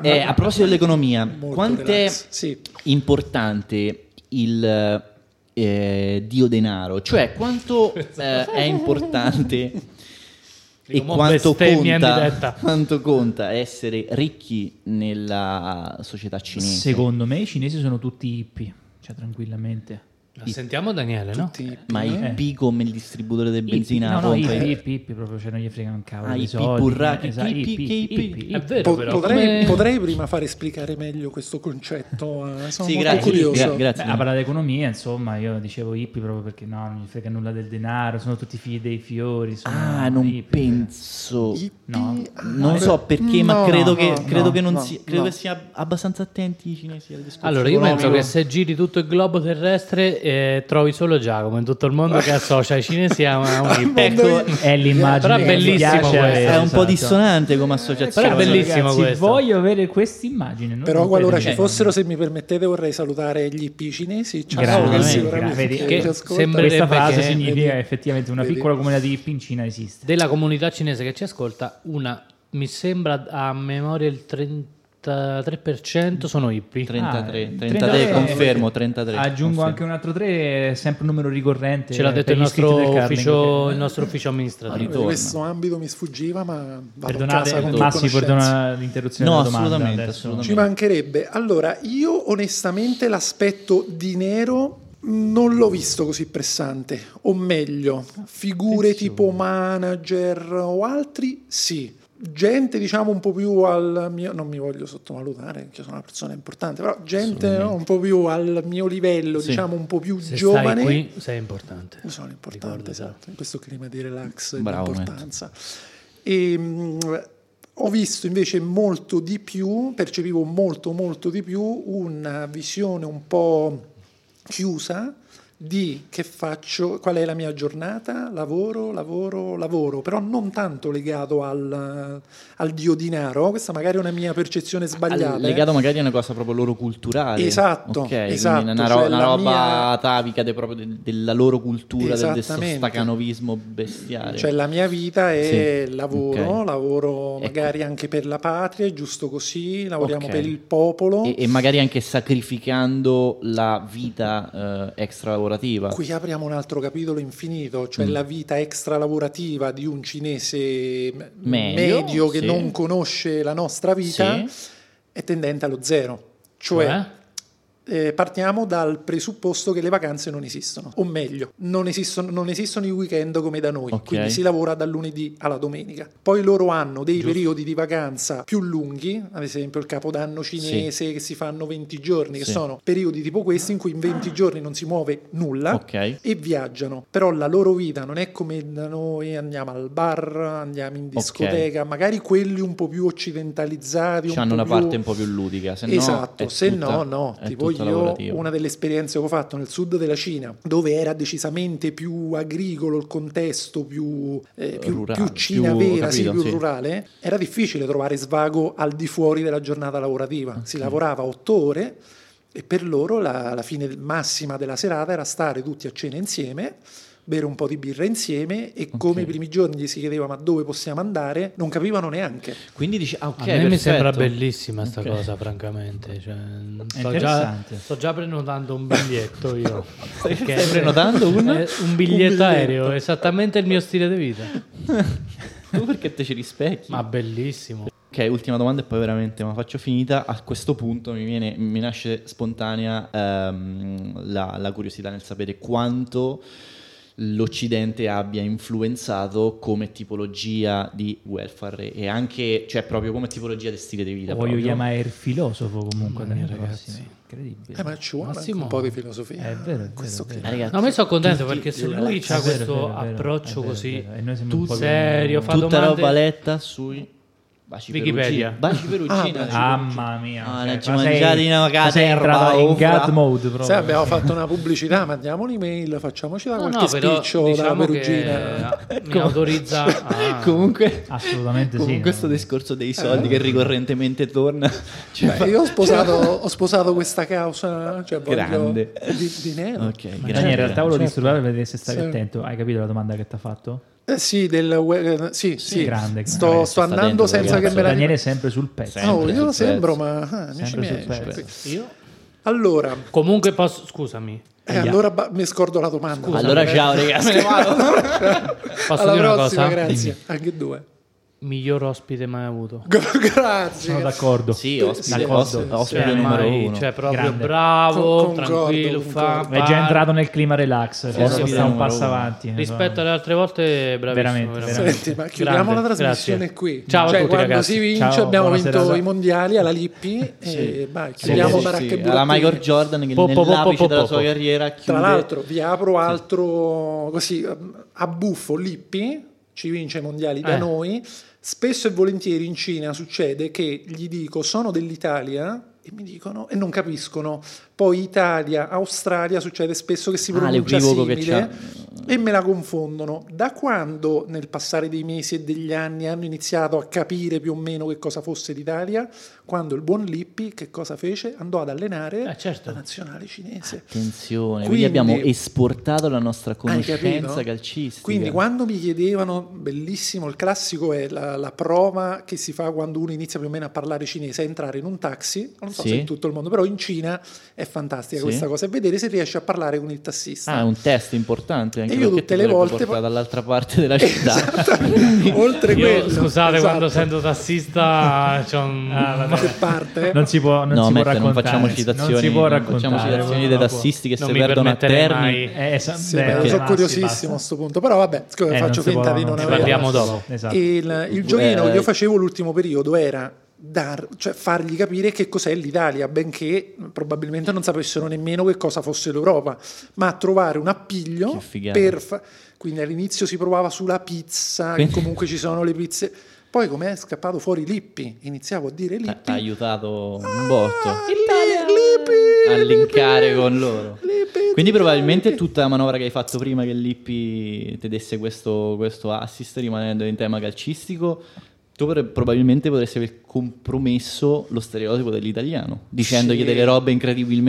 Eh, a proposito dell'economia,
Molto
quante
relax. Sì.
importante il eh, dio denaro, cioè quanto eh, è importante e
Dico, mo
quanto
bestemmia in
conta,
diretta.
quanto conta essere ricchi nella società cinese.
Secondo me i cinesi sono tutti hippie, cioè tranquillamente.
La
I-
sentiamo Daniele, no?
Tutti-
Ma
Eh.
il P come il distributore del benzina
no,
a
no,
pompa?
IP, IP, IP, proprio cioè non gli frega un cavolo
Ah,
di
IP,
soldi,
burracchi,
esatto,
che IP, che IP.
È vero,
Po-
però.
potrei,
come-
potrei prima far esplicare meglio questo concetto? eh? Sono
Sì,
molto
grazie.
curioso.
gra- grazie.
Beh, a parlare di economia, insomma, io dicevo hippie proprio perché no, non gli frega nulla del denaro, sono tutti figli dei fiori. Sono
ah, non
hippie,
penso.
Hippie?
No,
Non
Ah,
so perché, ma
no,
credo,
no,
che,
no,
credo che non
no,
sia, credo
no.
che sia abbastanza attenti i cinesi al discorso.
Allora, io
economico.
penso che se giri tutto il globo terrestre eh, trovi solo Giacomo in tutto il mondo che associa i cinesi a a un hip.
Ecco,
È l'immagine
Però è
che mi
bellissimo
piace
questo.
avere,
è un po'
esatto.
dissonante
Eh,
come associazione.
Però è bellissimo
Ragazzi,
questo.
Voglio avere questa immagine. non
Però
non
qualora
credo
ci
che-
fossero, se mi permettete, vorrei salutare gli IP cinesi. Ciao,
Grazie,
che
grazie,
sicuramente
vedi,
ci
che
ascoltano.
sembrerebbe
Questa frase
che-
significa
Vedi?
effettivamente una
Vedi?
piccola comunità di hippie in Cina esiste.
Della comunità cinese che ci ascolta, una mi sembra a memoria il 33% sono hippie.
33,
Ah,
33, confermo, 33.
Aggiungo
confermo.
anche un altro 3, è sempre un numero ricorrente.
Ce l'ha detto
per
il
gli iscritti del
nostro,
Carling.
ufficio, il nostro ufficio amministrativo.
ritorna.
Questo ambito mi sfuggiva, ma vado a casa
Perdonate,
con
Massi,
conoscenze.
perdona l'interruzione
No,
della domanda.
assolutamente,
adesso.
assolutamente.
Ci mancherebbe. Allora, io onestamente l'aspetto di nero non l'ho visto così pressante, o meglio, figure tipo manager o altri, sì. Gente, diciamo, un po' più al mio... Non mi voglio sottovalutare, perché sono una persona importante, però gente no, un po' più al mio livello,
Sì.
diciamo, un po' più
Se
giovane.
stai qui sei importante.
Io sono importante,
Ricordo,
esatto. In questo clima di relax e di
Bravo,
importanza. E, mh, ho visto invece molto di più, percepivo molto molto di più una visione un po' chiusa di che faccio, qual è la mia giornata, lavoro, lavoro, lavoro, però non tanto legato al, al dio dinaro, questa magari è una mia percezione sbagliata.
Al-
eh.
Legato magari a una cosa proprio loro culturale.
Esatto,
Ok,
esatto,
quindi una, ro-
cioè
una
la
roba
mia-
atavica de- proprio de- della loro cultura, del de- sto
Esattamente.
stacanovismo bestiale.
Cioè la mia vita è
Sì,
lavoro,
ok.
lavoro
Ecco.
magari anche per la patria, è giusto così, lavoriamo
Ok.
per il popolo.
e, e magari anche sacrificando la vita eh, extra lavorativa.
Qui apriamo un altro capitolo infinito,
Mm.
cioè la vita extra lavorativa di un cinese m-
Medio,
medio, che
sì.
non conosce la nostra vita
Sì.
è tendente allo zero. Cioè,
Cioè?
eh, partiamo dal presupposto che le vacanze non esistono, o meglio, non esistono, non esistono i weekend come da noi,
Ok.
quindi si lavora dal lunedì alla domenica. Poi loro hanno dei periodi di vacanza più lunghi, ad esempio il capodanno cinese che si fanno 20 giorni, che
Sì.
sono periodi tipo questi in cui in 20 giorni non si muove nulla
Ok.
e viaggiano, però la loro vita non è come da noi, andiamo al bar, andiamo in discoteca, magari quelli un po' più occidentalizzati, un
Hanno
po'
una
più-
parte un po' più ludica. Se no
esatto,
è
se
tutta-
no, no.
è
Tipo
tutta
io,
lavorativa.
una delle esperienze che ho fatto nel sud della Cina, dove era decisamente più agricolo il contesto, più, eh, più-
Rurale,
più Cina
più-
vera,
capito,
sì, più
sì.
rurale, era difficile trovare svago al di fuori della giornata lavorativa. Si lavorava otto ore. E per loro la, la fine massima della serata era stare tutti a cena insieme, bere un po' di birra insieme e come i primi giorni gli si chiedeva ma dove possiamo andare, non capivano neanche.
Quindi dici, ah, ok,
a me mi
perfetto.
sembra bellissima sta
Ok.
cosa, francamente. Cioè,
È
sto, già,
interessante.
sto già prenotando un biglietto io. Perché-
Stai prenotando un-
Eh, biglietto
biglietto.
aereo, esattamente il mio stile di vita.
Tu perché te ci rispecchi?
Ma bellissimo.
Ok, ultima domanda e poi veramente ma faccio finita. A questo punto mi, viene, mi nasce spontanea ehm, la, la curiosità nel sapere quanto l'Occidente abbia influenzato come tipologia di welfare e anche, cioè proprio come tipologia di stile di vita.
Lo voglio
proprio.
chiamare il filosofo comunque.
Mamma mia,
Daniele
ragazzi.
Rossi. Incredibile.
Eh, ma ci vuole anche
Massimo,
un po' di filosofia.
è vero, è
in questo
vero, è
clima.
Eh, ragazzi,
No, ma io sono contento
Tutti-
perché se
la-
è
lui ha
vero,
questo
è vero, è vero,
approccio
è vero,
così,
è vero. E noi siamo un
tu
po'
serio, fa
tutta
domande...
roba letta sui baci
Wikipedia.
perugini. Ah, Baci perugina.
Mamma mia.
Ah,
cioè,
non ci
ma sei-
mangiate una
ma sei
caterva,
entrato in
uffra.
God mode proprio.
Se abbiamo fatto una pubblicità, mandiamo un'email, facciamoci da
No,
qualche
no, però
spiccio
diciamo
da Perugina.
che mi autorizza a...
Comunque,
Assolutamente
con
sì,
questo
no.
discorso dei soldi che ricorrentemente torna, cioè,
Beh, io ho sposato, ho sposato questa causa, cioè voglio-
Grande.
Di, di nero.
Ok, grazie.
Daniele, cioè, in realtà volevo
Certo.
disturbare per vedere se stavi
Sì.
attento. Hai capito la domanda che ti ha fatto?
Eh, sì, del, eh, sì, sì.
grande,
sto,
grande.
sto
Sta dentro,
andando senza
ragazzo.
che me la
Daniele è sempre sul pezzo.
Sempre.
Oh, io lo
sul
sembro,
pezzo.
ma ah, amici
Sempre
miei.
sul
cioè,
pezzo.
sì.
Io?
Allora,
Comunque posso... Scusami,
eh, allora ba- mi scordo la domanda.
Allora ciao ragazzi.
posso
Alla
dire una
prossima,
cosa?
grazie. Anche due.
miglior ospite mai avuto.
Grazie.
Sono d'accordo.
Sì,
ospite-
ospite,
D'accordo. ospite-
ospite
Cioè,
numero
mai-
uno.
Cioè, proprio
Grande.
bravo,
Con- concordo,
tranquillo, fa
concordo.
È
par-
già entrato nel clima relax,
Sì,
è
sì,
sta un
numero
passo
uno.
avanti.
Rispetto alle altre volte, bravissimo.
eh, Veramente, veramente.
Senti, ma chiudiamo
Grande,
la trasmissione
grazie.
qui.
Ciao a
Cioè,
tutti,
quando
ragazzi.
si vince
Ciao,
abbiamo
buonasera.
vinto i mondiali alla Lippi
Sì.
e vai,
Sì,
Eh, chiudiamo
sì, sì,
baracche e
alla
burattini.
Michael Jordan che
Po, po, po,
nell'apice
po, po,
della
po.
sua carriera chiude
Tra l'altro vi apro altro così ehm, a buffo Lippi ci vince i mondiali da
Eh.
noi. Spesso e volentieri in Cina succede che gli dico sono dell'Italia e mi dicono e non capiscono. Poi Italia, Australia succede spesso che si
Ah,
pronuncia
l'equivoco che
simile e me la confondono. Da quando nel passare dei mesi e degli anni hanno iniziato a capire più o meno che cosa fosse l'Italia? Quando il buon Lippi che cosa fece? Andò ad allenare
Eh, certo.
la nazionale cinese.
Attenzione,
Quindi-
quindi, abbiamo esportato la nostra
Hai capito?
conoscenza calcistica.
Quindi quando mi chiedevano, bellissimo, il classico è la, la prova che si fa quando uno inizia più o meno a parlare cinese, è entrare in un taxi, non so
Sì.
se in tutto il mondo, però in Cina è fantastica
Sì.
questa cosa, e vedere se riesci a parlare con il tassista.
Ah, è un test importante anche
E io
perché
tutte
ti
le
dovrebbe
volte- Esatto.
portare dall'altra parte della città.
Oltre
Io,
quello,
scusate,
esatto,
quando sento tassista, c'ho un...
che parte,
Ah, Non si può, non
no,
si può
Matt, non
raccontare.
facciamo
non
citazioni,
si può
non
raccontare.
facciamo citazioni
non
dei
può.
tassisti che
non
se
mi
perdono a
permetterei
Terni.
mai.
Eh, esa-
Sì,
beh,
beh,
perché-
sono
maschi,
curiosissimo a
basta.
sto punto, però vabbè, scusa,
Eh,
faccio
si
finta
può-
di non
si
averlo.
può-
Parliamo dopo.
Esatto.
E il, il giochino
Eh,
che io facevo l'ultimo periodo era dar- cioè fargli capire che cos'è l'Italia, benché probabilmente non sapessero nemmeno che cosa fosse l'Europa, ma trovare un
Che
appiglio
figata.
per fa- quindi all'inizio si provava sulla pizza, che
Quindi-
comunque ci sono le pizze. Poi come è scappato fuori Lippi, iniziavo a dire
Ha Eh, ha
Lippi.
aiutato Ah, un botto
Ah, Lippi,
a
Lippi,
linkare con loro.
Lippi,
Quindi
Lippi.
probabilmente tutta la manovra che hai fatto prima che Lippi ti desse questo, questo assist rimanendo in tema calcistico, tu pre- probabilmente potresti aver compromesso lo stereotipo dell'italiano, dicendogli
Sì.
delle robe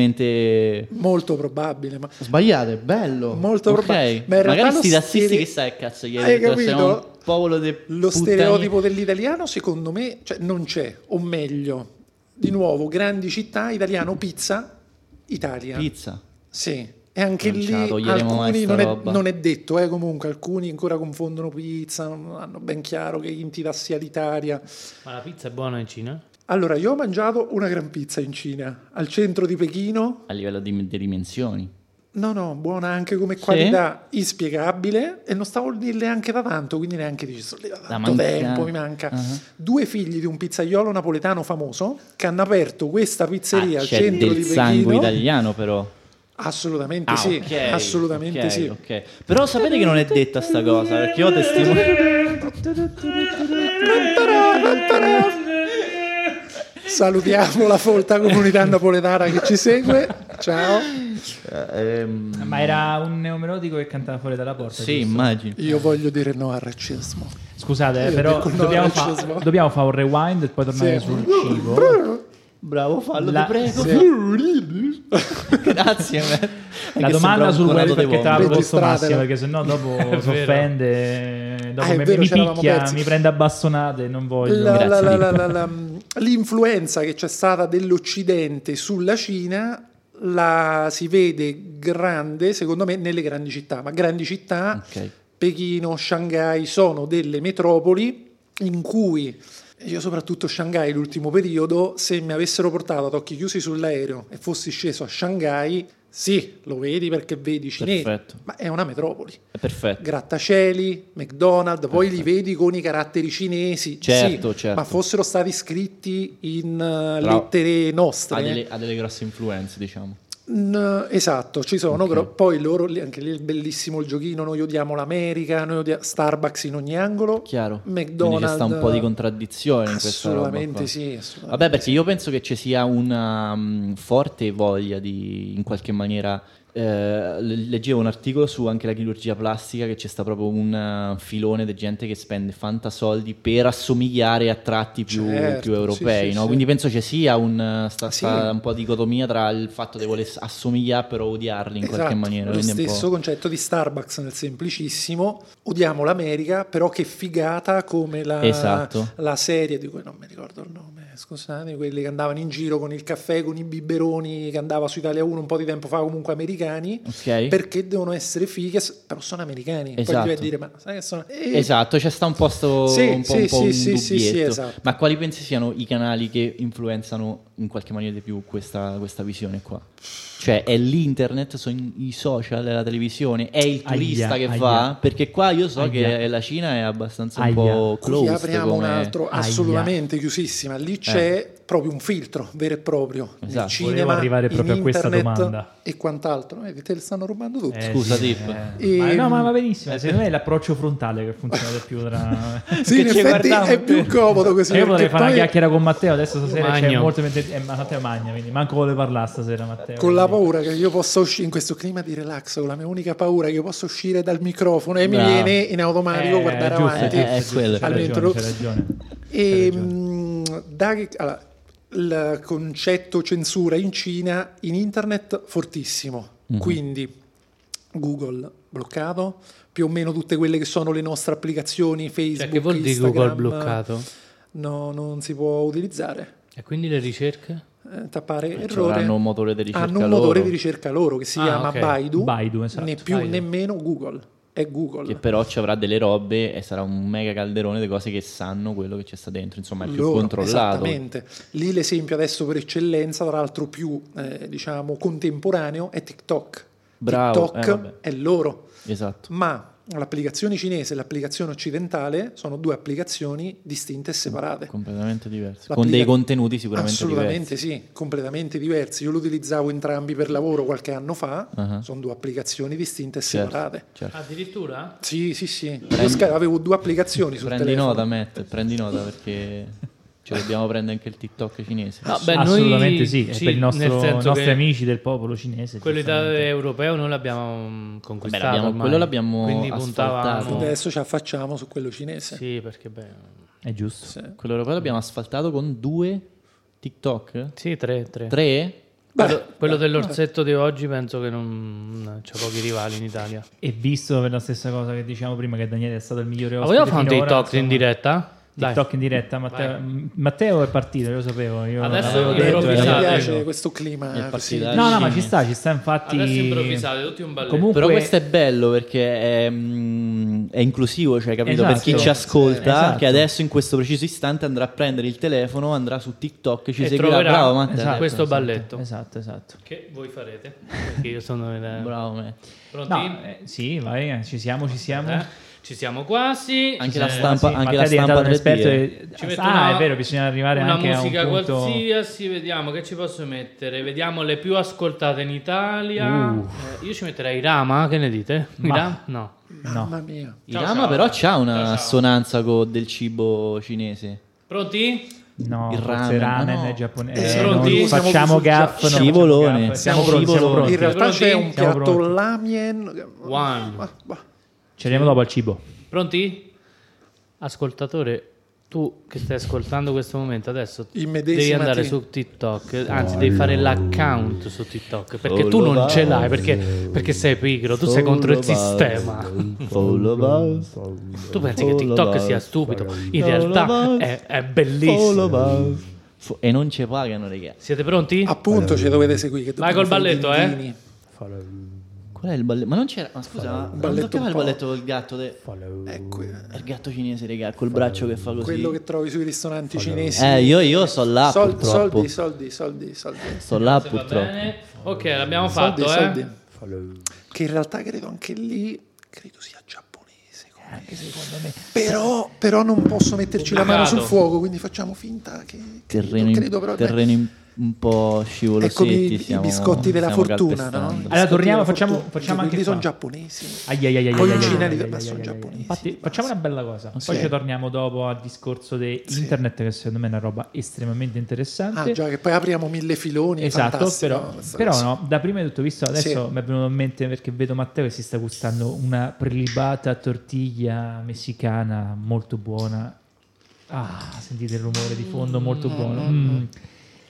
incredibilmente
Molto probabile, ma
sbagliate, bello.
Molto
ok.
probabile. Ma in realtà
Magari
lo
sti razzisti
stere-
che sai cazzo gli
Hai
hai detto, siamo un
capito?
popolo de
Lo
puttani.
stereotipo dell'italiano, secondo me, cioè, non c'è, o meglio, di nuovo, grandi città, italiano, pizza, Italia.
pizza.
Sì. E anche
Non
lì
ce la toglieremo mai
alcuni
sta
non è,
roba.
non è detto, eh, comunque alcuni ancora confondono pizza, non hanno ben chiaro che intida sia l'Italia.
Ma la pizza è buona in Cina?
Allora, io ho mangiato una gran pizza in Cina, al centro di Pechino,
A livello di, di dimensioni.
no no, buona anche come qualità, inspiegabile, e non stavo lì neanche da tanto, quindi neanche dici, sono lì da tanto
manca-
tempo, mi manca.
Ah.
due figli di un pizzaiolo napoletano famoso che hanno aperto questa pizzeria
Ah,
al
c'è
centro
del
di
sangue
Pechino.
italiano però.
Assolutamente
Ah,
sì,
ok,
assolutamente
ok,
sì.
ok. Però sapete che non è detta sta cosa, eh? perché io ho
Eh,
testimoni
Salutiamo la folta comunità napoletana che ci segue. Ciao. ehm,
Ma era un neomelodico che cantava fuori dalla porta.
Sì,
giusto?
immagino.
Io voglio dire no al razzismo.
Scusate, eh,
Io
però
dico no,
dobbiamo,
al
fa-
razzismo.
dobbiamo fare un rewind e poi tornare
Sì.
sul cibo.
Bravo, fallo,
La-
ti prego. Grazie. Matt.
La
Anche
domanda
sembrava
sul
un Corrado
welfare
De
che te l'ha
Bombo.
proposto
Registratela.
Massimo, perché sennò dopo si
vero.
offende, eh, dopo
Ah, è
mi,
vero,
mi
ci eravamo
picchia,
persi.
mi prende a bastonate, non voglio.
La- la-
Grazie,
la- la- la- la- l'influenza che c'è stata dell'Occidente sulla Cina la si vede grande, secondo me, nelle grandi città, ma grandi città
Ok.
Pechino, Shanghai sono delle metropoli in cui io soprattutto Shanghai l'ultimo periodo, se mi avessero portato ad occhi chiusi sull'aereo e fossi sceso a Shanghai, sì, lo vedi perché vedi cinesi,
Perfetto.
ma è una metropoli.
È Perfetto.
Grattacieli, McDonald's, poi li vedi con i caratteri cinesi,
Certo,
sì,
certo.
ma fossero stati scritti in eh,
Bravo.
lettere
Ha
nostre. eh.
delle, ha delle grosse influenze, diciamo.
Mm, esatto, ci sono, però poi loro, lì- anche lì è bellissimo il giochino, noi odiamo l'America, noi odiamo Starbucks in ogni angolo,
Chiaro. Quindi c'è
McDonald's.
sta un po' di contraddizione in questa roba
Assolutamente
qua.
sì, assolutamente.
Vabbè, perché io penso che ci sia una mm, forte voglia di in qualche maniera. eh, le- leggevo un articolo su anche la chirurgia plastica che c'è sta proprio un eh, filone di gente che spende fantasoldi per assomigliare a tratti più,
Certo,
più europei.
sì, sì,
no?
sì.
Quindi penso ci sia un, eh, sta,
Sì.
sta un po' di dicotomia tra il fatto di voler assomigliare però odiarli in qualche
Esatto,
maniera.
Lo
quindi è un po'-
stesso concetto di Starbucks nel semplicissimo. Odiamo l'America, però che figata come la,
Esatto.
la serie di cui non mi ricordo il nome, scusate, quelli che andavano in giro con il caffè, con i biberoni, che andava su Italia 1 un po' di tempo fa, comunque americani
Ok.
perché devono essere fighe, s- però sono americani. Poi
Esatto.
devi dire, ma sai che sono... Eh,
Esatto, c'è sta un posto
Sì,
un po', un,
sì,
po'
sì,
un
sì, sì, sì,
dubbietto.
esatto.
Ma quali pensi siano i canali che influenzano in qualche maniera di più questa, questa visione qua? Cioè è l'internet, sono i social, è la televisione, è il
Aia,
turista che
aia.
va? Perché qua io so
Aia.
che la Cina è abbastanza
Aia.
un po'
Qui
closed
apriamo
come- Eh.
un altro,
Aia.
assolutamente chiusissima. Lì c'è proprio un filtro vero e proprio.
Esatto.
Nel
Volevo
cinema,
arrivare proprio
in
a questa
internet
domanda.
E quant'altro. Eh, te le stanno rubando tutti.
Eh,
Scusa,
sì,
Tip.
eh. Ma
Ehm,
no, ma va benissimo. Secondo me è l'approccio frontale che funziona di più. Tra...
Sì, in
che ci
effetti
guardiamo,
è più comodo così.
Io vorrei
perché
fare una
poi
chiacchiera con Matteo adesso stasera. C'è
magno.
molto. eh, ma Matteo magna, quindi manco vuole parlare stasera, Matteo.
Con la
quindi-
paura che io possa uscire in questo clima di relax, con la mia unica paura è che io possa uscire dal microfono e mi
Bravo.
viene in automatico
Eh,
guardare
giusto,
avanti.
giusto,
Eh, è
giusto,
quello.
c'è
All'intro-
ragione, c'è ragione.
E,
Hai ragione.
mh, Ehm, da che- allora, il concetto censura in Cina in internet fortissimo,
Mhm.
quindi Google bloccato, più o meno tutte quelle che sono le nostre applicazioni Facebook,
Cioè, che vuol dire
Instagram,
Google bloccato?
No, non si può utilizzare.
E quindi le ricerche?
Eh, tappare
Eh, cioè,
errore.
hanno un motore di ricerca
Hanno un
loro.
motore di ricerca loro che si
Ah,
chiama
ok.
Baidu,
Baidu, esatto.
né più
Baidu.
né meno Google, è Google.
Che però ci avrà delle robe e sarà un mega calderone di cose che sanno quello che c'è sta dentro, insomma è più
Loro,
controllato.
Esattamente. Lì l'esempio adesso per eccellenza, tra l'altro più eh, diciamo contemporaneo, è TikTok.
Bravo, eh,
TikTok
vabbè.
è loro,
Esatto.
ma l'applicazione cinese e l'applicazione occidentale sono due applicazioni distinte e separate.
completamente diverso.
La
Con
plica-
dei contenuti sicuramente diversi.
Assolutamente sì, completamente diversi. Io lo utilizzavo entrambi per lavoro qualche anno fa,
Ah.
sono due applicazioni distinte e
Certo,
separate.
certo.
Addirittura?
Sì, sì, sì. Io sca- avevo due applicazioni sul
Prendi
telefono.
nota, Matt, prendi nota perché ci dobbiamo prendere anche il TikTok cinese.
beh, noi-
Assolutamente sì, è
sì,
per il nostro-
nel
i
senso
nostri
che
amici del popolo cinese.
Quello
giustamente.
ita- europeo noi l'abbiamo mm,
Vabbè,
conquistato.
l'abbiamo-
ormai.
quello l'abbiamo
Quindi
asfaltato.
puntavamo.
Adesso ci affacciamo su quello cinese.
Sì, perché beh.
È giusto.
Quello europeo l'abbiamo asfaltato con due TikTok?
Sì, tre, tre.
Tre?
Quello, quello dell'orsetto di oggi penso che non c'ha pochi rivali in Italia.
E visto per la stessa cosa che diciamo prima che Daniele è stato il migliore
Ma
ospite
vogliamo fare un
finora,
TikTok in
insomma,
diretta? Dai.
TikTok in diretta, Matteo,
Vai.
M- Matteo è partito, io lo sapevo. Io
Adesso
l'avevo
io
Beh,
detto,
l'ho
mi
eh,
improvvisato.
piace
io.
questo
È
clima così.
partita-
No, no, ma ci sta, ci sta infatti.
Adesso improvvisate, tutti un balletto.
Comunque,
Però questo è bello perché è, mm, è inclusivo, cioè, capito?
Esatto.
Per chi ci ascolta,
Esatto.
che adesso in questo preciso istante andrà a prendere il telefoone, andrà su TikTok e ci
E
seguirà.
troverà-
Bravo, Matt.
Esatto,
questo
esatto,
balletto.
Esatto, esatto.
Che voi farete? Perché io sono il...
Bravo, Matt.
Pronti?
No, eh, sì, vai, eh, ci siamo, ci siamo.
Eh? Ci siamo quasi.
Anche
Ci
la
sei-
stampa-
Sì,
anche
Matteo
la
è diventato
stampa
un esperto.
3D,
di-
Ci metto
Ah,
una-
è vero, bisogna arrivare
una
anche a un
musica
punto...
qualsiasi, vediamo che ci posso mettere. Vediamo le più ascoltate in Italia.
Uh.
Eh, io ci metterei Rama, che ne dite?
Ma-
Irama? No.
eh.
Mamma mia.
Ciao,
Irama
ciao.
però c'ha una
Ciao, ciao.
assonanza con del cibo cinese.
Pronti?
No,
Il
forse
ramen,
ramen
no.
è giapponese.
Eh,
Eh,
pronti?
non
Siamo
facciamo
chiusi
gaff.
già.
non
Scivolone.
facciamo gaff. Siamo
Siamo
pronti, siamo
scivoloni.
pronti.
In realtà
Pronti?
c'è un
Siamo
piatto
pronti.
lamien.
One.
Ma- ma-
Ci arriviamo dopo al cibo.
Pronti? Ascoltatore, tu che stai ascoltando questo momento adesso
Immedesimati.
devi andare su TikTok, anzi devi fare l'account su TikTok perché tu
Follow
non ce l'hai
us.
perché, perché sei pigro, tu sei contro il sistema.
Follow us.
Tu pensi che TikTok sia stupido, in realtà è, è bellissimo.
Follow us. Fo- E non ci pagano, ragazzi.
Siete pronti?
Appunto, ci dovete seguire. che
Vai
dobbiamo
col
fare i
balletto, eh.
dindini.
Qual è il balletto? Ma non c'era. Ma scusa, ma non
balletto
toccava
un
il
po'.
balletto del gatto. de-
Ecco, eh,
Il gatto cinese, raga, col braccio che fa così.
quello che trovi sui ristoranti cinesi.
Eh, io, io so là
Sol-
purtroppo.
soldi, soldi, soldi, soldi.
So là
Se va
purtroppo.
bene. Ok, l'abbiamo
Soldi,
fatto,
soldi.
eh.
Che in realtà credo anche lì, credo sia giapponese.
Eh,
Anche secondo me. Però, però non posso metterci la mano sul
Complicato.
fuoco, quindi facciamo finta che...
Terreno, in-
credo, però,
terreno in- un po' scivolosetti.
Ecco i, i
stiamo-
biscotti della
stiamo
fortuna, no?
calpestando.
Allora, torniamo,
Biscotti della
facciamo-
fortuna.
facciamo
Quelli
anche
sono
qua.
giapponesi.
Ai, ai, ai, ai, ai,
Con i
ai,
cinesi
ai,
di
ai,
basso
ai, ai,
giapponese.
ai. Infatti, facciamo una bella cosa. Poi
Sì.
ci torniamo dopo al discorso di internet, che secondo me è una roba estremamente interessante.
Ah, già che poi apriamo mille filoni. è
Esatto,
fantastico,
però,
questa
però
cosa.
no, da prima di tutto, visto adesso
Sì.
mi è venuto in mente perché vedo Matteo che si sta gustando una prelibata tortiglia messicana molto buona. Ah, sentite il rumore di fondo, molto buono. Mm.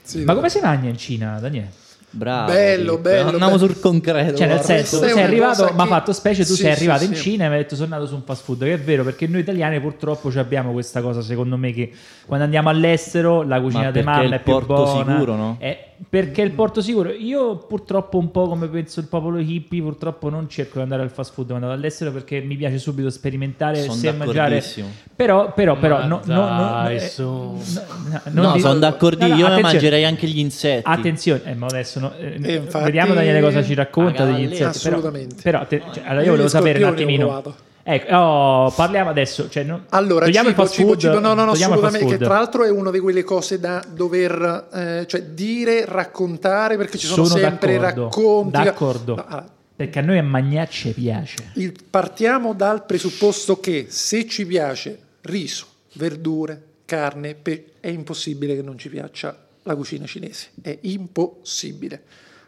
Sì,
Ma come si mangia in Cina, Daniele?
Bravo.
Bello,
Filippo.
bello,
Andiamo
bello.
sul concreto.
Cioè, nel
guarda.
senso,
questa è
sei
una
arrivato,
cosa
mi ha
che-
fatto specie, tu
Sì,
sei
sì,
arrivato in
sì.
Cina e mi hai detto sono andato su un fast food, che è vero, perché noi italiani purtroppo ci abbiamo questa cosa, secondo me, che quando andiamo all'estero la cucina
Ma
di
perché il
mamma è più
porto
buona.
sicuro, no?
Eh, perché il porto sicuro? Io purtroppo un po' come penso il popolo hippie, purtroppo non cerco di andare al fast food quando vado all'estero perché mi piace subito sperimentare
Sono
se mangiare.
d'accordissimo.
Però, però, però,
Ma
no, no, no,
dai,
eh,
su.
non
No,
dico-
sono d'accordo.
No, no,
io la
attenzione.
mangerei anche gli insetti.
Attenzione, eh, ma adesso no, eh,
Eh, infatti-
vediamo Daniele cosa ci racconta
Ah,
degli
Galileo.
insetti. però-
Assolutamente.
Però, atten- cioè, allora io
Io
volevo
gli
sapere un
scorpioni ho
attimino.
provato.
Ecco, oh, parliamo adesso. Cioè, no-
Allora,
togliamo il
cibo,
fast
cibo,
food.
cibo, no, no,
togliamo
no,
il fast
assolutamente, che
food.
tra l'altro è una di quelle cose da dover eh, cioè dire, raccontare, perché ci sono,
Sono
sempre
d'accordo,
racconti.
d'accordo.
No, allora,
Perché a noi a Magnacce piace.
il- partiamo dal presupposto che se ci piace riso, verdure, carne, pe- è impossibile che non ci piaccia la cucina cinese. È impossibile.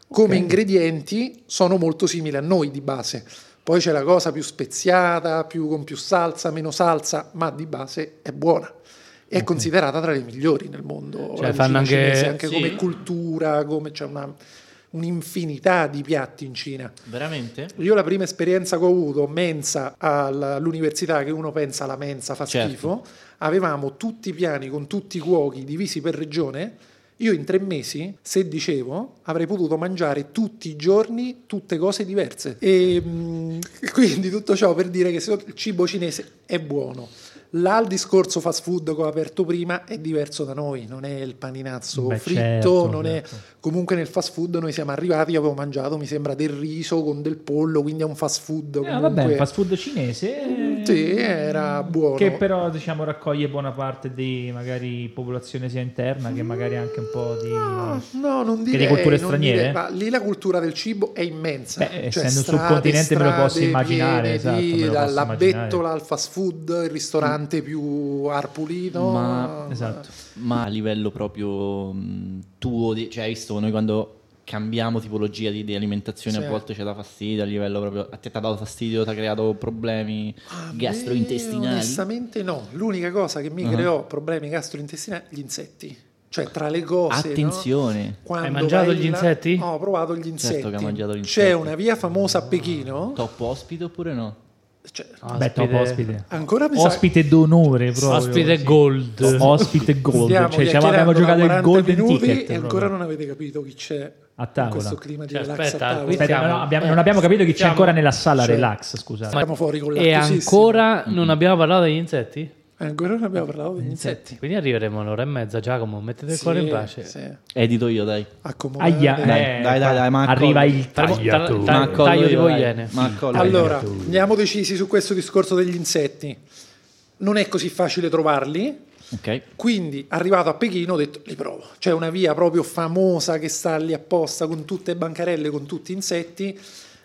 Come ingredienti sono molto simili a noi di base. Poi c'è la cosa più speziata, più, con più salsa, meno salsa, ma di base è buona. È considerata tra le migliori nel mondo.
Cioè,
la
fanno
cucina
anche-
cinese, anche
sì.
come cultura, come c'è una- un'infinità di piatti in Cina.
Veramente?
Io la prima esperienza che ho avuto, mensa alla- all'università, che uno pensa la mensa fa
Certo.
schifo, avevamo tutti i piani con tutti i cuochi divisi per regione. Io in tre mesi, se dicevo, avrei potuto mangiare tutti i giorni tutte cose diverse. E mm, quindi tutto ciò per dire che se- il cibo cinese è buono. Là il discorso fast food che ho aperto prima è diverso da noi, non è il paninazzo
Beh,
fritto,
certo,
non è
certo.
Comunque nel fast food noi siamo arrivati, io avevo mangiato, mi sembra, del riso con del pollo, quindi è un fast food.
Eh,
comunque.
vabbè, il fast food cinese. eh,
Sì, era buono.
Che però diciamo raccoglie buona parte di magari popolazione sia interna che magari anche un po' di.
No, no, non
di
direi.
culture
non
straniere?
direi, ma lì la cultura del cibo è immensa.
Beh,
Cioè,
essendo sul
strade,
continente me lo posso
strade
immaginare,
piene
esatto,
di-
me lo posso
dalla
immaginare.
bettola al fast food, il ristorante più arpulito.
Ma-
Esatto.
Ma a livello proprio mh, tuo, di- cioè hai visto noi quando cambiamo tipologia di, di alimentazione
Sì.
a volte ci dà fastidio, a livello proprio a te ti ha dato fastidio, ti ha creato problemi
A me,
Ah, gastrointestinali.
Ah, Onestamente no, l'unica cosa che mi
Ah.
creò problemi gastrointestinali gli insetti. Cioè tra le cose, no?
Attenzione.
Quando
Hai mangiato
vai
gli
là-
insetti?
No, ho provato gli insetti.
Certo che ho mangiato
C'è
gli insetti. Ah,
una via famosa a Pechino.
Top ospite oppure no?
cioè,
Beh, top ospite.
ancora mi sa-
Ospite d'onore proprio.
Ospite
sì.
gold.
Ospite gold.
stiamo
Cioè, ci
chiacchierando
avevamo
da
giocato il
40
golden
minuti
ticket.
e
proprio.
ancora non avete capito chi c'è
A
in
tavola.
questo clima di
Cioè,
relax
aspetta,
a tavola.
qui-
Aspetta,
Siamo-
no, abbiamo-
eh,
non abbiamo capito chi c'è
siamo-
ancora nella sala
cioè-
relax, scusate.
Siamo fuori con
E
l'attosissimo.
ancora non abbiamo parlato degli insetti?
Ancora non abbiamo parlato degli insetti.
Quindi arriveremo all'ora e mezza, Giacomo, mettete il cuore in pace.
Sì.
Edito io, dai.
Accomodate.
Aia,
Dai,
eh,
dai, dai, dai, ma
arriva
accollo.
il
Tra- tra-
tagliato.
tra-
Ma accollo
taglio di
io, dai.
vogliene.
Ma accollo io.
Allora, andiamo decisi su questo discorso degli insetti. Non è così facile trovarli,
Ok.
Quindi, arrivato a Pechino, ho detto li provo. C'è una via proprio famosa che sta lì apposta con tutte bancarelle, con tutti insetti.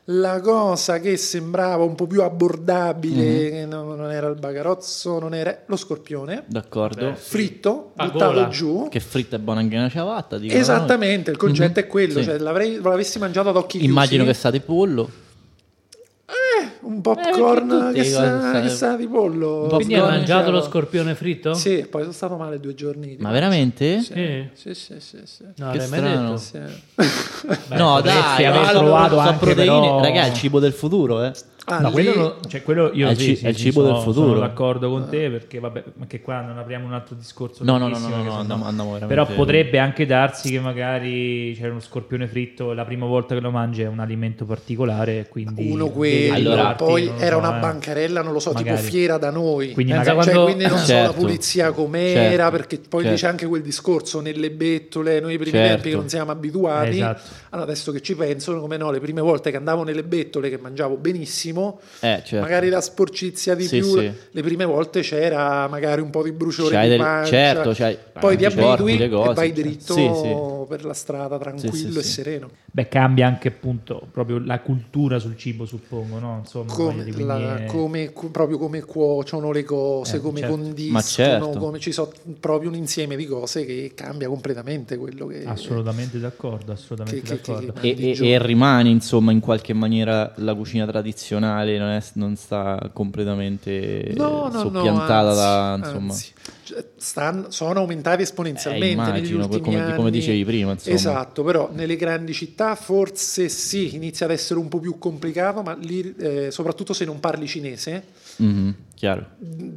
La cosa che sembrava un po' più abbordabile,
Mhm.
che non, non era il bagarozzo, non era lo scorpione,
D'accordo.
fritto,
A
buttato
gola.
giù.
Che fritta è buona anche una ciabatta, dicono noi.
Esattamente, il concetto
Mhm,
è quello,
sì.
cioè l'avrei- l'avessi mangiato ad occhi
Immagino che
chiusi,
state pollo.
un
Eh,
popcorn
perché
che,
tutti
sa,
dicono-
che sa di pollo.
Un
Quindi hai
Popcorn,
mangiato lo
diciamo.
scorpione fritto?
Sì, poi sono stato male due giorni.
Ma veramente?
Sì, sì,
Sì?
sì, sì, sì.
No,
Che
l'hai mai
strano.
detto?
Sì.
no,
potresti
dai,
aver
allora,
trovato
so
anche
proteine.
però-
Raga, è il cibo del futuro, eh.
Ah,
No,
lì-
quello, lo- cioè, quello io
È il
sì,
ci-
sì,
è il
sì,
cibo
sono-
del futuro.
Sono d'accordo con te perché vabbè, anche qua non apriamo un altro discorso.
No, no, no,
lunghissimo,
no,
che
no,
se
andiamo- andiamo veramente
Però potrebbe anche darsi che magari c'era uno scorpione fritto la prima volta che lo mangi è un alimento particolare, quindi
uno
devi
quello,
Allora,
arrivarti,
poi
non lo
era
so,
una
eh.
bancarella, non lo so,
Magari.
tipo fiera da noi.
Quindi
Pensa
magari
Cioè,
Quando-
quindi non so
Certo.
la pulizia com'era,
Certo.
perché poi
Certo.
c'è anche quel discorso nelle bettole, noi i primi
Certo.
tempi che non siamo abituati.
Esatto.
Allora, adesso che ci penso, come no, le prime volte che andavo nelle bettole, che mangiavo benissimo,
Eh, certo.
magari la sporcizia di
Sì,
più,
sì.
le prime volte c'era magari un po' di bruciore
C'hai
di
del-
pancia.
certo, c'hai
poi ti
anticorpi,
abitui
le
e
cose,
vai
cioè.
dritto
Sì, sì.
per la strada tranquillo
sì,
e
sì.
sereno.
Beh, cambia anche appunto proprio la cultura sul cibo, suppongo, no? Insomma, voglio
come,
dire,
la-
quindi è-
come- cu- proprio come cuociono le cose,
Eh,
come
certo.
condiscono,
Ma certo.
come ci sono proprio un insieme di cose che cambia completamente quello che
assolutamente d'accordo, assolutamente
Che- che- che-
d'accordo.
che-
E, e- e rimane insomma in qualche maniera la cucina tradizionale non, è- non sta completamente eh,
No, no, no,
soppiantata da
anzi,
insomma
anzi. Cioè, cioè, stan- sono aumentati esponenzialmente
Eh, immagino,
negli ultimi
come- come
anni.
dicevi prima, insomma.
Esatto, però nelle grandi città forse sì, inizia ad essere un po' più complicato, ma lì, eh, soprattutto se non parli cinese,
Mhm, chiaro.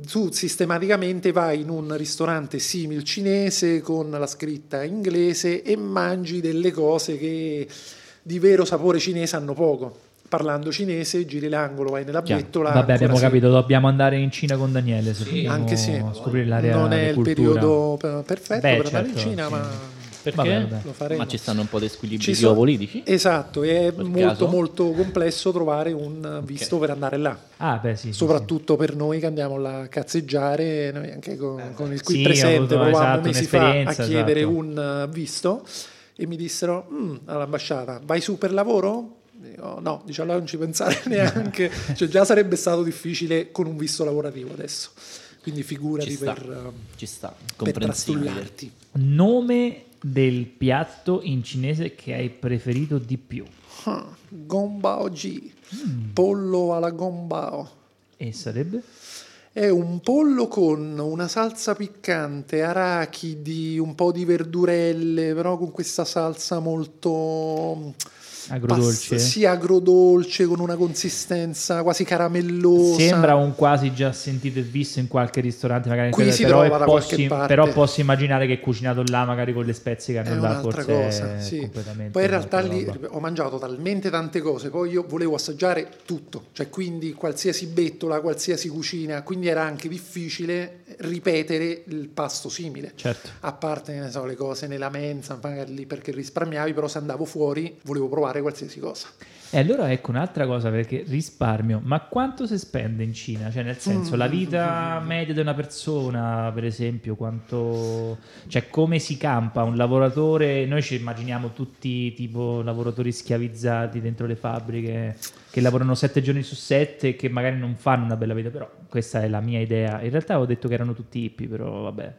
tu sistematicamente vai in un ristorante simil cinese con la scritta inglese e mangi delle cose che di vero sapore cinese hanno poco. Parlando cinese, giri l'angolo, vai nella
Chiaro.
bettola.
Vabbè,
ancora
abbiamo
sì.
capito, dobbiamo andare in Cina con Daniele. Se vogliamo
Anche se
scoprire l'area
non è
di
il
cultura.
periodo per- perfetto
Beh,
per andare in
certo,
Cina,
sì.
ma
Perché?
Vabbè, vabbè.
lo faremo.
Ma ci stanno un po' di squilibri
Ci sono-
geopolitici?
Esatto, è
Per
molto
caso?
molto complesso trovare un eh, visto per andare là,
Ah, beh, sì. sì,
soprattutto per noi che andiamo là a cazzeggiare, noi anche con, con il qui
Eh, Sì, ho avuto,
presente provavamo
esatto,
mesi fa a
un'esperienza,
chiedere
esatto.
un eh, visto e mi dissero "Mm, all'ambasciata, vai su per lavoro? Dico, no, dice allora non ci pensare neanche, cioè già sarebbe stato difficile con un visto lavorativo adesso, quindi
Ci
figurati
sta.
per,
Ci sta,
eh, per
comprensibile.
trastullarti.
sì. Nome del piatto in cinese che hai preferito di più.
Ah, Gombao G,
Mm.
pollo alla oh. gombao.
E sarebbe?
È un pollo con una salsa piccante, arachidi, un po' di verdurelle, però con questa salsa molto
Agrodolce.
pas- sì, agrodolce, con una consistenza quasi caramellosa.
Sembra un quasi già sentito e visto in qualche ristorante, magari in
Qui
casa,
si
però,
trova da
posso,
qualche parte.
però posso immaginare che è cucinato là, magari con le spezie che
È
hanno là,
un'altra
forse
cosa,
è
sì.
cioè, completamente
Poi in realtà
un'altra
lì
roba.
ho mangiato talmente tante cose, poi io volevo assaggiare tutto, cioè quindi qualsiasi bettola, qualsiasi cucina, quindi era anche difficile ripetere il pasto simile.
Certo.
A parte che ne so, le cose nella mensa, magari lì perché risparmiavi, però se andavo fuori volevo provare qualsiasi cosa.
E allora ecco un'altra cosa perché risparmio, ma quanto si spende in Cina? Cioè nel
Mm.
senso la vita media di una persona, per esempio, quanto... Cioè come si campa un lavoratore? Noi ci immaginiamo tutti tipo lavoratori schiavizzati dentro le fabbriche che lavorano sette giorni su sette e che magari non fanno una bella vita, però questa è la mia idea. In realtà ho detto che erano tutti hippie, però vabbè,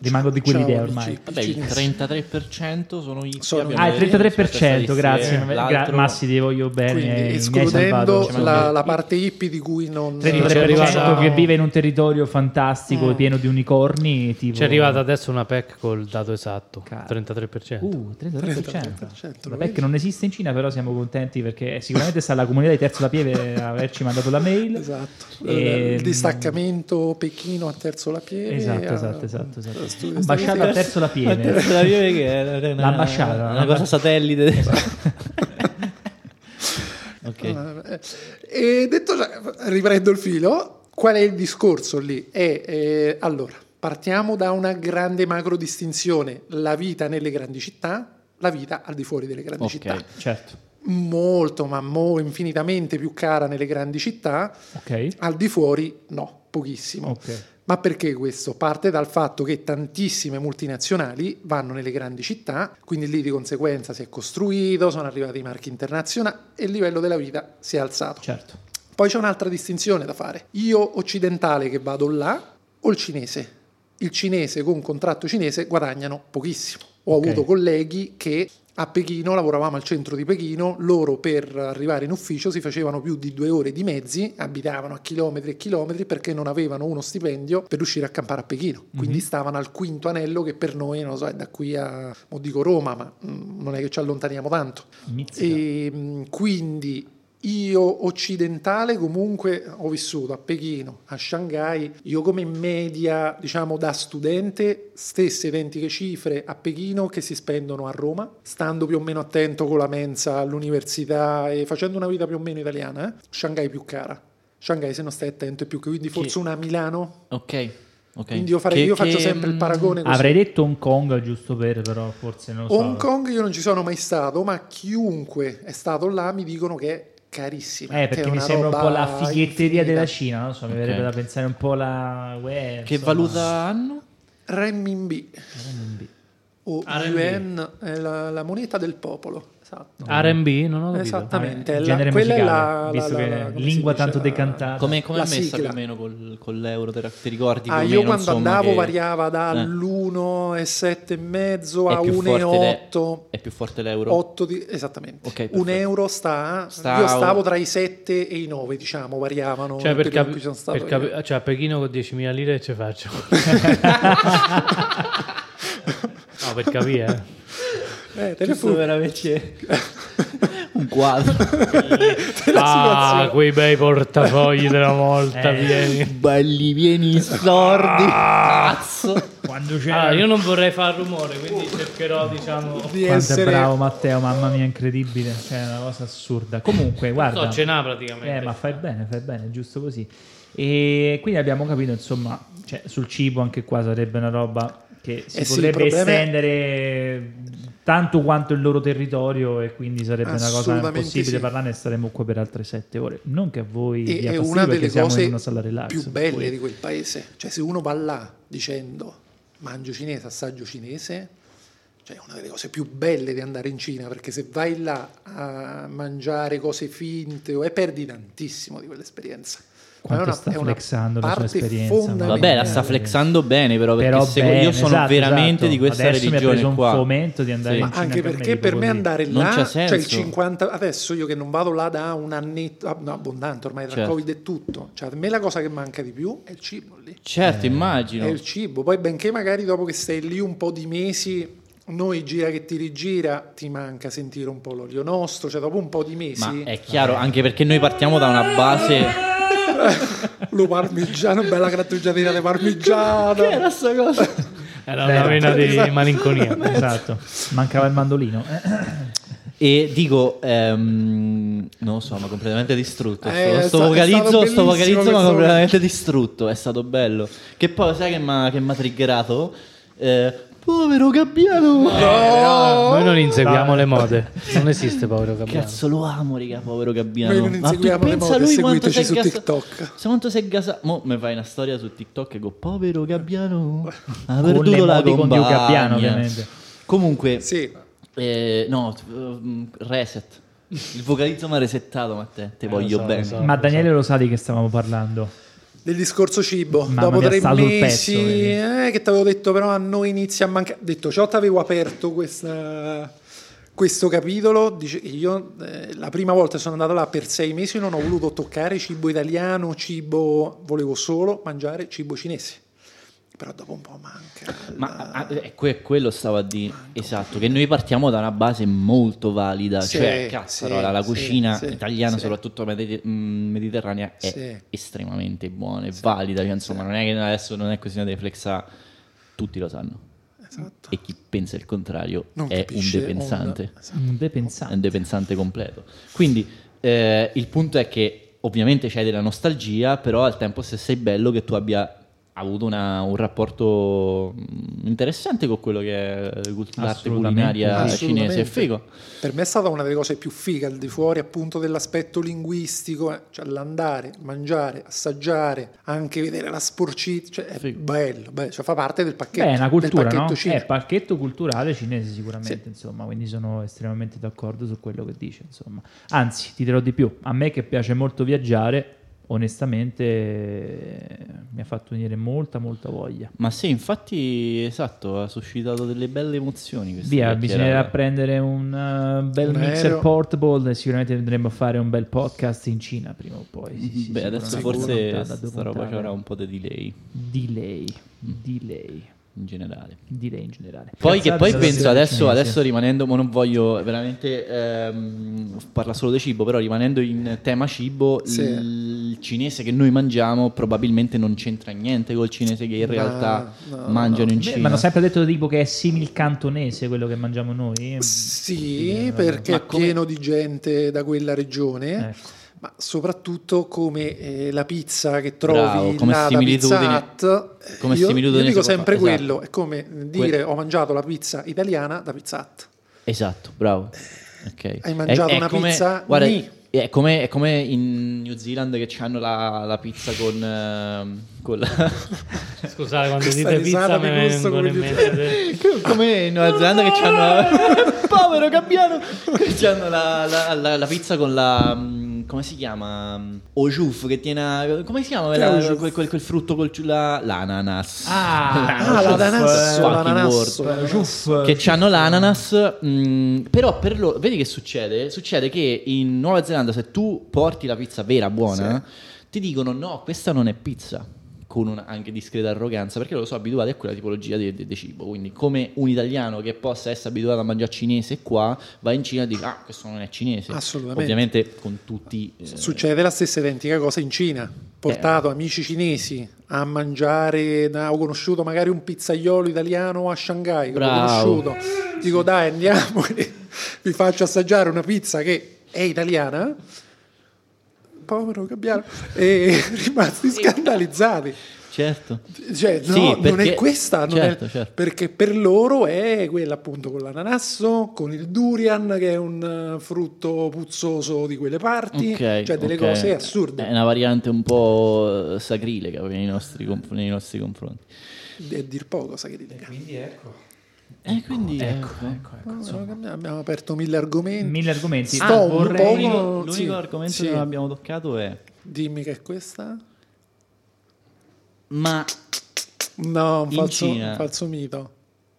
rimango di
Ciao,
quell'idea
amici.
ormai.
Vabbè, il 33% sono gli
Sono-
Ah, il 33%, grazie, gra-
eh, L'altro-
Massi, ti voglio bene. eh,
Quindi
mi hai salvato.
escludendo
Ci
la,
mancherebbe.
la parte hippie di cui non... certo.
Vedi, c'è
33%
arrivato-
che vive in un territorio fantastico
Mm.
e pieno di unicorni. Tipo...
boh.
Ci è arrivata adesso una PEC col dato esatto,
Caro.
33%.
Uh, 33%.
33%, lo
Vabbè,
vedi?
che non esiste in Cina, però siamo contenti perché eh, sicuramente sta la comunità di Terzo La Pieve a averci mandato la mail.
Esatto,
E-
il distaccamento Pechino a Terzo la Pieve.
Ehm, Esatto,
a-
esatto, esatto, esatto.
Studi-
Ambasciata a
studi-
Terzo La Pieve.
La Pieve che era una,
L'ambasciata.
una cosa satellite. ok.
Eh, E detto ciò, riprendo il filo, qual è il discorso lì? È, eh, allora, partiamo da una grande macro distinzione, la vita nelle grandi città, la vita al di fuori delle grandi città.
Ok.
Certo.
Molto, ma mo infinitamente più cara nelle grandi città,
Ok.
al di fuori no,
Oh.
pochissimo.
Ok.
Ma perché questo? Parte dal fatto che tantissime multinazionali vanno nelle grandi città, quindi lì di conseguenza si è costruito, sono arrivati i marchi internazionali e il livello della vita si è alzato.
Certo.
Poi c'è un'altra distinzione da fare. Io occidentale che vado là o il cinese? Il cinese con contratto cinese guadagnano pochissimo. Ho
Ok.
avuto colleghi che a Pechino lavoravamo al centro di Pechino, loro per arrivare in ufficio si facevano più di due ore di mezzi, abitavano a chilometri e chilometri perché non avevano uno stipendio per riuscire a campare a Pechino. Quindi stavano al quinto anello che per noi, non lo so, è da qui a, mo dico Roma, ma mm, non è che ci allontaniamo tanto.
Mizzica.
E, mh, Ehm, quindi io occidentale comunque ho vissuto a Pechino, a Shanghai, io come media, diciamo da studente, stesse identiche cifre a Pechino che si spendono a Roma, stando più o meno attento con la mensa all'università e facendo una vita più o meno italiana, eh? Shanghai è più cara. Shanghai se non stai attento è più che quindi forse una a Milano.
Ok. ok.
Quindi io, farei-
Che-
io faccio
che,
sempre il
mm,
paragone così.
Avrei detto Hong Kong giusto per, però forse non lo so.
Hong Kong io non ci sono mai stato, ma chiunque è stato là mi dicono che è carissima.
Eh,
che è
perché mi
cioè, una
sembra un po'
roba
la fighetteria della
infinita.
Cina, non so, mi
Ok.
verrebbe da pensare un po' la UE.
mm, Che
insomma. eh,
valuta hanno?
Renminbi
RMB.
o
RMB.
yuan è la, la moneta del popolo. Esatto.
RB, non ho capito.
Esattamente,
Eh,
è la-
genere
quella è
musicale,
la,
visto
la-
che
la-
è
come si
lingua
dice,
tanto
la-
decantata.
Come, come
La
è messa
sigla.
più o meno col- con l'euro? Te- Ti ricordi?
Ah, io
più o meno,
quando
insomma,
andavo
che-
variava
Eh.
dall'1,7,5 a
È più forte le-
1,8.
È più forte l'euro?
8 di, esattamente.
Ok, perfetto.
un euro sta,
Sta
Io
a-
stavo tra i 7 e i 9, diciamo, variavano.
Cioè,
nel
per,
periodo in
capi-
cui sono stato
per
io.
capi- cioè, Pechino con 10.000 lire ce faccio. no, per capire. eh.
Eh, te ne
Questo
fu-
veramente un quadro.
Ah, quei bei portafogli della
Eh.
volta,
Cioè,
vieni.
Belli,
Ah.
vieni sordi. Cazzo.
Quando
Ah,
c'era
io non vorrei far rumore, quindi cercherò, diciamo...
di
Quanto
essere
è bravo Matteo, mamma mia, incredibile. Cioè, è una cosa assurda. Comunque, guarda.
Sto cenà
Eh,
praticamente.
ma fai bene, fai bene, giusto così. E quindi abbiamo capito, insomma, cioè, sul cibo anche qua sarebbe una roba che si
Eh sì, il
potrebbe
problema è-
estendere tanto quanto il loro territorio e quindi sarebbe una cosa
Assolutamente
impossibile
sì.
parlarne e staremmo qua per altre sette ore. Non che a voi
e-
dia
è
fastidio
una delle
perché siamo in
cose
una sala relax.
più
per
belle
cui-
di quel paese. Cioè, se uno va là dicendo mangio cinese, assaggio cinese, cioè è una delle cose più belle di andare in Cina, perché se vai là a mangiare cose finte o- e perdi tantissimo di quell'esperienza. Ma
Quanto sta flexando la sua
parte
esperienza,
fondamentale.
Vabbè,
Vabbè, la sta flexando bene, però, perché
Però
secondo-
bene,
io sono
esatto,
veramente
esatto.
di questa
Adesso mi ha
religione
preso
qua.
un fomento di andare
Sì.
in
Ma
Cina
anche
per me,
perché
ti
per
devo
me
dire.
andare
Non
là,
c'ha
cioè il
senso.
50, adesso io che non vado là da un annetto, ah, no, abbondante ormai tra
Certo.
Covid e tutto, cioè a me la cosa che manca di più è il cibo lì.
Certo,
Eh,
immagino.
È il cibo, poi benché magari dopo che stai lì un po' di mesi, noi gira che ti rigira, ti manca sentire un po' l'olio nostro, cioè dopo un po' di mesi
Ma è chiaro, anche perché noi partiamo da una base...
lo parmigiano, bella grattugiatina di parmigiano.
sta cosa?
Era una vena di malinconia.
Esatto, mancava il mandolino.
E dico, ehm, non lo so, ma completamente distrutto.
Eh, è
sto, sto
sta- è
vocalizzo,
stato
sto vocalizzo, ma
bellissimo questo-
completamente distrutto. È stato bello. Che poi sai che mi ha triggerato? Eh, povero Gabbiano!
Oh,
Noi non inseguiamo le mode. Non esiste povero Gabriele.
Cazzo, lo amo, raga, povero Gabbiano.
Noi non inseguiamo le mode, seguiteci su
gasa-
TikTok.
se quanto sei gasato. Mo mi fai una storia su TikTok e dico, povero Gabbiano. Ha
Con
perduto la
l'emoticon di un
compagna.
gabbiano, ovviamente.
Comunque,
Sì,
eh, no, t- um, reset. Il vocalizzo mi ha resettato, ma te, te
Eh,
voglio
lo so,
bene.
lo so.
Ma Daniele lo sa di che stavamo parlando.
del discorso cibo,
Mamma
dopo
mia,
tre
sta sul pezzo,
mesi,
vedi?
eh, che ti avevo detto però a noi inizia a mancare, detto ciò ti avevo aperto questa- questo capitolo, dice, io eh, la prima volta sono andato là per sei mesi non ho voluto toccare cibo italiano, cibo, volevo solo mangiare cibo cinese, però dopo un po' manca.
Ma
la-
ah, eh, que- quello stavo a dire, esatto, che noi partiamo da una base molto valida,
Sì,
cioè cazzarola,
sì,
la
sì,
cucina
sì,
italiana,
sì.
soprattutto mediter- mm, mediterranea, è
Sì.
estremamente buona e valida, cioè, insomma non è che adesso non è questione di flexa, tutti lo sanno
Esatto.
e chi pensa il contrario
Non
è un
capisce Esatto.
depensante,
un-
Un
è
depensante.
un depensante completo. Quindi eh, il punto è che ovviamente c'è della nostalgia, però al tempo stesso è bello che tu abbia avuto una- un rapporto mm, interessante con quello che è cult- l'arte
Assolutamente.
culinaria
Assolutamente.
Eh, cinese. È figo.
Per me è stata una delle cose più fighe, al di fuori appunto dell'aspetto linguistico, eh, cioè l'andare, mangiare, assaggiare, anche vedere la sporcita, cioè è
Figo.
bello, bello, cioè fa parte del pacchetto.
Beh, è una cultura,
del
no? Eh,
pacchetto Cina.
È pacchetto culturale cinese sicuramente,
Sì.
insomma, quindi sono estremamente d'accordo su quello che dice, insomma. Anzi, ti dirò di più, a me che piace molto viaggiare, onestamente eh, mi ha fatto venire molta molta voglia.
Ma sì, infatti, esatto, ha suscitato delle belle emozioni. questa
Via,
chiacchierata.
bisognerà prendere un eh, bel
Un
mixer
aereo.
portable e sicuramente andremo a fare un bel podcast in Cina prima o poi.
Mm-hmm.
Sì, sì,
Beh, adesso
sicuramente.
forse
Una puntata, due
sta roba ci
puntate.
avrà un po' di delay
Delay, delay,
in generale.
delay in generale.
Poi che poi
Cazzate
penso
della
adesso,
cinese.
adesso rimanendo, ma non voglio veramente ehm, parla solo di cibo, però rimanendo in tema cibo,
Sì.
il cinese che noi mangiamo probabilmente non c'entra niente col cinese che in
No,
realtà
no,
mangiano in
Beh,
Cina.
Ma hanno sempre detto tipo che è simil cantonese quello che mangiamo noi. eh,
Sì, perché
Ma
è
come-
pieno di gente da quella regione,
Ecco.
ma soprattutto come eh, la pizza che
Bravo,
trovi
come
là, la
similitudine-
pizza Hut. eh,
come
io,
similitudine
io dico
si può esatto.
sempre
fare,
quello, è come dire ho mangiato la pizza italiana da pizza Hut.
Esatto, bravo. Ok.
Hai mangiato una pizza?
Guarda,
Ni.
è come, è come in New Zealand che hanno la, la pizza con, ehm, con la-
Scusate, quando
Questa
dite pizza
risata
mi
di gusto
vengono in
come
mente...
come in Nuova Zelanda che hanno povero gabbiano! Ci hanno la, la- la- la pizza con la... mm, come si chiama? O juf che tiene... a- come si chiama?
Che è
quella-
au juf?
quel, quel- quel frutto col... ciu- la- l'ananas.
Ah,
Ah, l'ananasso,
fucking
l'ananasso.
eh, giuff.
Che hanno l'ananas, mm, però per loro, vedi che succede? Succede che in Nuova Zelanda se tu porti la pizza vera, buona, ti dicono no, questa non è pizza, con una anche discreta arroganza, perché loro sono abituati a quella tipologia di, di- di cibo, quindi come un italiano che possa essere abituato a mangiare cinese qua, va in Cina e dice ah, questo non è cinese.
Assolutamente.
Ovviamente con tutti... eh,
Succede la stessa identica cosa in Cina. Portato amici cinesi a mangiare, da- ho conosciuto magari un pizzaiolo italiano a Shanghai, che l'ho
Bravo.
conosciuto. Dico dai andiamo, vi faccio assaggiare una pizza che è italiana. Povero gabbiano, e rimasti scandalizzati.
certo.
Cioè, no,
Sì,
non è
perché-
questa, non è-
certo, certo.
perché per loro è quella appunto con l'ananasso, con il durian che è un eh, frutto puzzoso di quelle parti,
Ok,
cioè delle
ok. Eh,
cose assurde.
È una variante un po' sacrilega nei nostri, conf- nei nostri confronti.
È dir poco, sai che dire.
Quindi ecco.
E Eh, quindi
Ecco,
Eh, ecco.
ecco, ecco.
Abbiamo aperto mille argomenti.
Mille argomenti.
Sto un
vorrei-
po' con-
Ah, L'unico,
sì,
l'unico argomento
sì.
che non abbiamo toccato è
Dimmi che è questa?
ma
No, un
In
falso,
Cina.
un falso mito.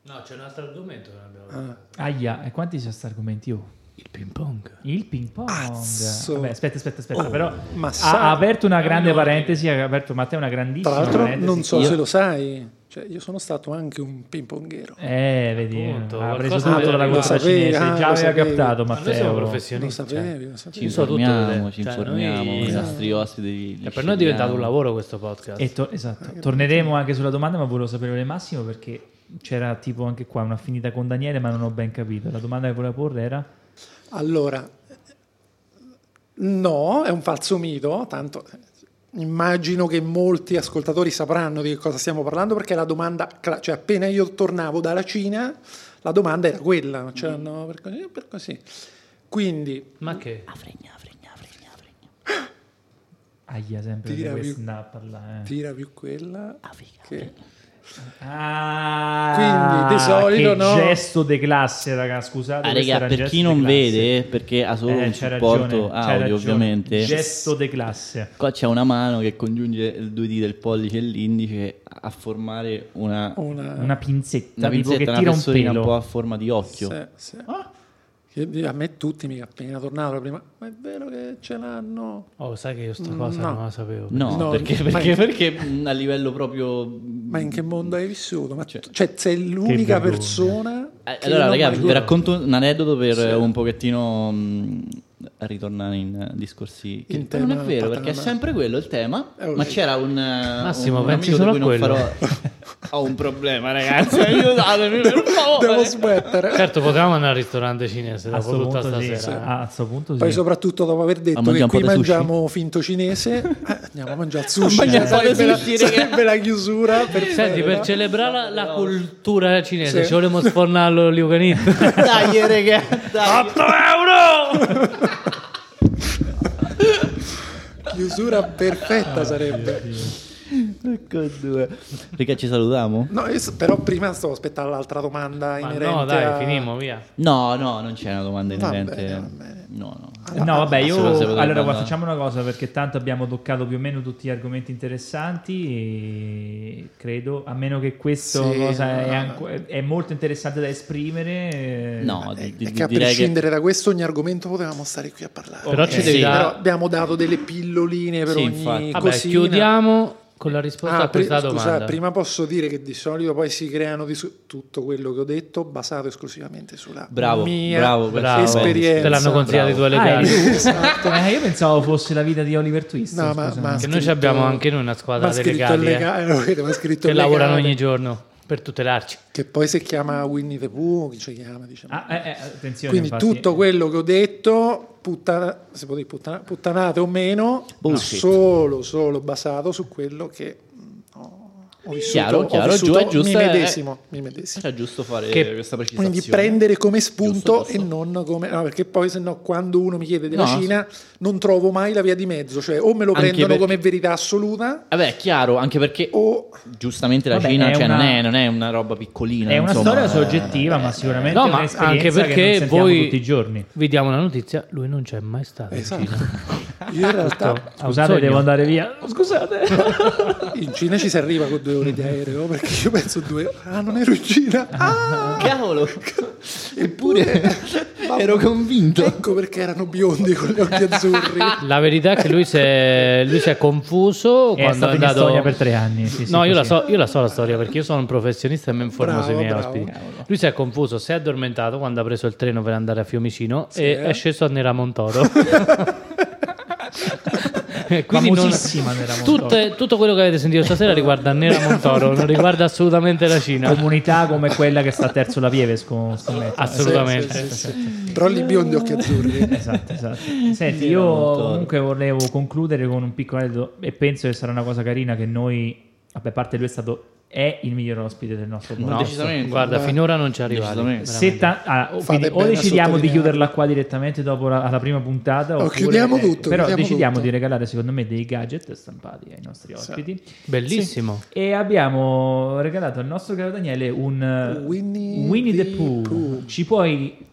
No, c'è un altro argomento che non abbiamo
Ah.
Ah.
Aia, e quanti sono sti argomenti? Oh.
Il ping pong.
Il ping pong.
Azzo.
Vabbè, aspetta, aspetta, aspetta.
Oh,
però
ma
ha-
sai-
ha aperto una grande parentesi. Ha aperto Matteo una
Tra
grandissima
l'altro,
parentesi.
non so
Io-
se lo sai, cioè, io sono stato anche un pingponghero.
Eh, vedi,
Appunto,
ha preso
qualcosa
tutto
deve-
dalla
lo
cultura
sapevi,
cinese.
ah,
Già
lo
aveva
sapevi.
captato
Ma noi siamo
Matteo.
Lo
professionisti. cioè.
sapevi, lo
ci
sapevi.
so tutto
informiamo,
vedere.
ci
Cioè,
informiamo
noi-
i nostri ospiti. li- li
Cioè, per noi è diventato
scegliamo.
un lavoro questo podcast.
E to- esatto, torneremo anche sulla domanda, ma volevo sapere Massimo perché c'era tipo anche qua un'affinità con Daniele, ma non ho ben capito. La domanda che voleva porre era...
Allora, no, è un falso mito, tanto eh, immagino che molti ascoltatori sapranno di che cosa stiamo parlando perché la domanda, cla- cioè appena io tornavo dalla Cina, la domanda era quella, non ce l'hanno per così, eh, per così. Quindi,
Ma che?
Fregna, fregna, fregna, fregna.
Aia, sempre di
Tira più-
questa a parlare. eh.
tira più quella che...
Ah,
Quindi, di solito,
che
no.
gesto de classe, raga, scusate.
Ah,
questo
raga,
era un
per
gesto
chi
de
non
classe.
vede, perché ha solo
Eh,
un
c'ha
supporto
ragione, c'ha
audio,
ragione.
ovviamente.
Gesto de classe.
Qua c'è una mano che congiunge il due dita, il pollice e l'indice a formare una,
Una...
Una pinzetta,
una
tipo
pinzetta,
che
una
tira un
pizzolina
pelo.
po' a forma di occhio.
Sì, sì. Che di- A me tutti mi appena tornato la prima, ma è vero che ce l'hanno.
Oh, sai che io sta cosa
Mm, No.
non la sapevo.
No,
No,
perché,
ma-
perché, perché, mm, a livello proprio...
Ma in che mondo hai vissuto? Ma
Cioè-
tu- cioè, sei l'unica
vergogna.
persona.
Eh,
che
Allora,
non
ragazzi, vi
mangia-
racconto un aneddoto per
Sì.
eh, un pochettino mm, ritornare in eh, discorsi. Che
In
però non è
tema
vero,
patana.
perché è sempre quello il tema.
Eh, ok.
Ma c'era un. eh,
Massimo,
un
pensi
amico di
solo
cui
a
non
quello.
Ho un problema, ragazzi. Aiutatemi, per favore.
Devo smettere.
Certo, potevamo andare al ristorante cinese
A
dopo
sto
tutta
punto sì,
stasera.
Ah.
eh.
a sto punto
Poi
sì.
soprattutto dopo aver detto che
mangiamo
qui
un po' di sushi?
mangiamo finto cinese, eh, andiamo a mangiare il sushi.
mangiamo un po' di
sarebbe, la,
sushi, raga.
sarebbe la chiusura. perfetta.
Senti, per celebrare la, la cultura cinese, ci volevamo sfornarlo Liu Kang In.
Dai, raga. Dai.
8 euro!
chiusura perfetta sarebbe.
Ecco due. Raga, ci salutiamo?
No, io s- però prima stavo aspettando l'altra domanda
Ma
inerente.
no, dai,
a-
finimo, via.
No, no, non c'è una domanda
Va bene,
inerente.
va bene.
No, no.
No, vabbè, io
Ah, se lo sapevo
allora guarda,
guardare.
facciamo una cosa perché tanto abbiamo toccato più o meno tutti gli argomenti interessanti e credo, a meno che questo
Sì,
cosa
no,
è,
no,
anco- è molto interessante da esprimere. eh,
No, di- di-
È che a
direi che
prescindere da questo, ogni argomento potevamo stare qui a parlare.
Però
ci
devi dare-
però abbiamo dato delle pilloline per
Sì,
ogni
infatti.
Vabbè,
cosina.
chiudiamo con la risposta
Ah,
a questa
pri-
domanda.
scusa, prima posso dire che di solito poi si creano di su- tutto quello che ho detto basato esclusivamente sulla
Bravo,
mia
bravo, questo
Bravo,
è
esperienza.
te l'hanno consigliato i tuoi
Ah, eri
legali.
tu? Eh, io pensavo fosse la vita di Oliver Twist.
Esatto. No, ma,
scusa.
ma ha
Che
scritto-
noi ci abbiamo anche noi una
ma
squadra
ha
dei
scritto il
legali eh,
legale, lo vedo, ma ha scritto
che
il
lavorano
legale.
ogni giorno per tutelarci.
Che poi si chiama Winnie the Pooh, chi ci chiama, diciamo.
Ah, eh, eh, attenzione,
Quindi
infatti.
tutto quello che ho detto, puttana- se potete puttana- puttanate o meno,
Bullshit.
solo, solo basato su quello che... mm, ho- ho ho vissuto,
Chiaro,
ho
chiaro,
vissuto
Gio, è giusto,
mi
eh,
medesimo. mi medesimo.
Era giusto fare
Che-
questa precisazione.
Quindi prendere come
Giusto,
spunto
giusto.
e non come... No, perché poi se no quando uno mi chiede della
No.
Cina non trovo mai la via di mezzo, cioè o me lo
Anche
prendono
perché-
come verità assoluta
Vabbè, è chiaro, anche perché
o...
giustamente la
Vabbè,
Cina
è
cioè,
una-
non, è, non è una roba piccolina.
È una
insomma,
storia
eh,
soggettiva,
eh,
ma sicuramente
No,
è
ma
un'esperienza
anche
che non
perché
sentiamo
voi
tutti i giorni.
vi diamo la notizia, lui non c'è mai stato. in
Esatto.
Cina.
Io in realtà
Ha un
Scusate,
sogno. Oh,
devo andare via. Scusate.
Certo.
in Cina ci si arriva con due ore di aereo perché io penso due... Ah, non ero in Cina! Ah!
Cavolo,
Eppure
ero convinto.
Ecco perché erano biondi con gli occhi azzurri.
La verità è che lui si è, lui si è confuso
È
quando
stato
è
in
andato.
Estonia per tre anni. sì, sì,
no, io la,
così.
so, io la so la storia perché io sono un professionista e mi informo
Bravo,
sui miei
bravo.
ospiti. Lui si è confuso, si è addormentato quando ha preso il treno per andare a Fiumicino e
eh.
è sceso a Neramontoro. E quindi non-
Famosissima nella montagna.
tutte- tutto quello che avete sentito stasera riguarda Neramontoro, non riguarda assolutamente la Cina.
comunità come quella che sta a terzo la Vieves con
Ah,
scommetto.
Assolutamente.
Sì, sì, sì, sì. Però lì biondi occhi azzurri.
Esatto, esatto. Senti, io comunque volevo concludere con un piccolo aneddoto e penso che sarà una cosa carina che noi, vabbè, a parte lui è stato è il miglior ospite del nostro
No,
podcast.
decisamente.
Guarda,
Beh,
finora non ci arrivati.
decisamente.
Se
veramente.
ta- ah, o-
Fate
quindi o
bene a
decidiamo di
sottolineare.
chiuderla qua direttamente dopo la, alla prima puntata oppure- eh,
chiudiamo tutto,
però
chiudiamo
decidiamo
tutto.
di regalare secondo me dei gadget stampati ai nostri ospiti
Bellissimo.
e abbiamo regalato al nostro caro Daniele un eh,
Winnie
Winnie the
the
Pooh.
Pooh.
Ci puoi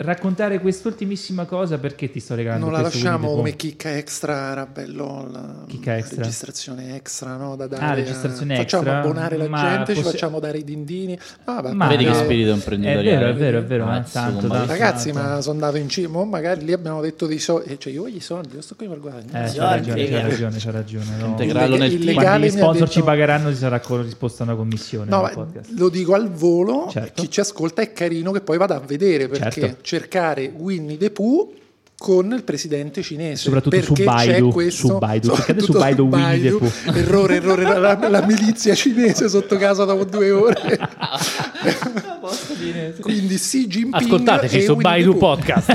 raccontare quest'ultimissima cosa perché ti sto regalando
Non la
questo
lasciamo come
Winnie the
chicca extra, Rabbello. La
Chicca extra.
registrazione extra, no? Da dare
Ah,
a-
registrazione
facciamo
extra,
abbonare la
ma
gente, ci
possi-
facciamo dare i dindini. Ah, vabbè,
Ma
Vedi
no.
che spirito
Pooh? È
imprenditoriale.
vero, è vero, è vero, ma
Mazzo,
tanto,
combattuto.
tanto,
Ragazzi,
tanto.
ma sono andato in cima, magari lì abbiamo detto dei soldi, eh, cioè io voglio i soldi, io sto qui per guadagnare.
Eh,
soldi.
c'ha ragione, c'ha
Ortega.
ragione, c'ha ragione. no.
Integra-
Quando
Integrarlo nel
il
team.
legale
gli
mi ha
sponsor ci
detto-
pagheranno ci sarà corrisposta una commissione
No,
nel
ma
podcast.
lo dico al volo,
Certo.
chi ci ascolta è carino che poi vada a vedere perché
Certo.
cercare Winnie the Pooh con il presidente cinese
Soprattutto
perché
su Baidu,
c'è questo
su Baidu, cercate su
soprattutto
Baidu Winnie the
Baidu. errore errore la, la- la milizia cinese sotto casa dopo due ore quindi Xi Jinping
Ascoltateci
e
su
Winnie the
Baidu
Pooh.
Podcast.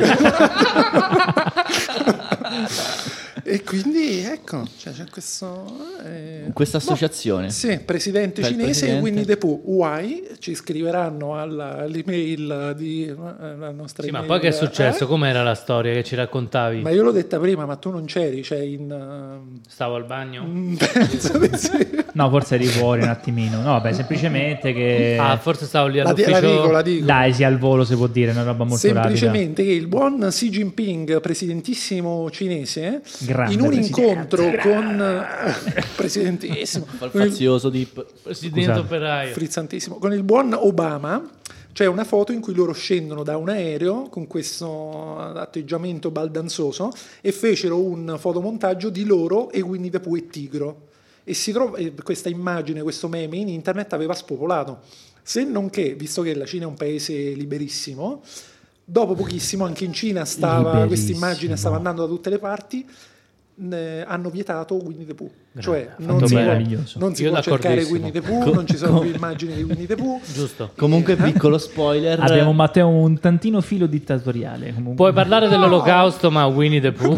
e quindi ecco cioè, c'è questo eh,
Questa associazione.
Sì, presidente
Tra il
cinese
presidente.
e Winnie the Pooh. Why? Ci scriveranno alla- all'email di eh, la nostra
Sì, ma
email,
poi che è successo?
eh?
Com'era la storia che ci raccontavi?
Ma io l'ho detta prima, ma tu non c'eri, cioè in...
Stavo al bagno.
eh, penso di sì.
No, forse eri fuori un attimino. No, beh, semplicemente che...
Ah, forse stavo lì
La, di-
all'ufficio.
la dico, la dico.
Dai, sia al volo se può dire, una roba molto rapida.
eh, Semplicemente che il buon Xi Jinping, presidentissimo cinese,
Grande
in un
presidente.
incontro con... eh, presidentissimo. con il-
Fazioso di...
Presidente
Scusate.
operaio.
frizzantissimo con il buon Obama c'è una foto in cui loro scendono da un aereo con questo atteggiamento baldanzoso e fecero un fotomontaggio di loro e Winnie the Pooh e Tigro e si trova- e questa immagine, questo meme in internet aveva spopolato se non che, visto che la Cina è un paese liberissimo dopo pochissimo anche in Cina stava
Liberissimo.
questa immagine stava andando da tutte le parti ne- hanno vietato Winnie the Pooh cioè non
fatto
si, può,
meraviglioso.
non si
Io
può cercare
d'accordissimo.
Winnie the Pooh non ci sono più immagini di Winnie the Pooh
Giusto.
Eh?
Comunque, piccolo spoiler.
Abbiamo Matteo un tantino filo dittatoriale. comunque.
Puoi parlare dell'olocausto, ma Winnie the Pooh.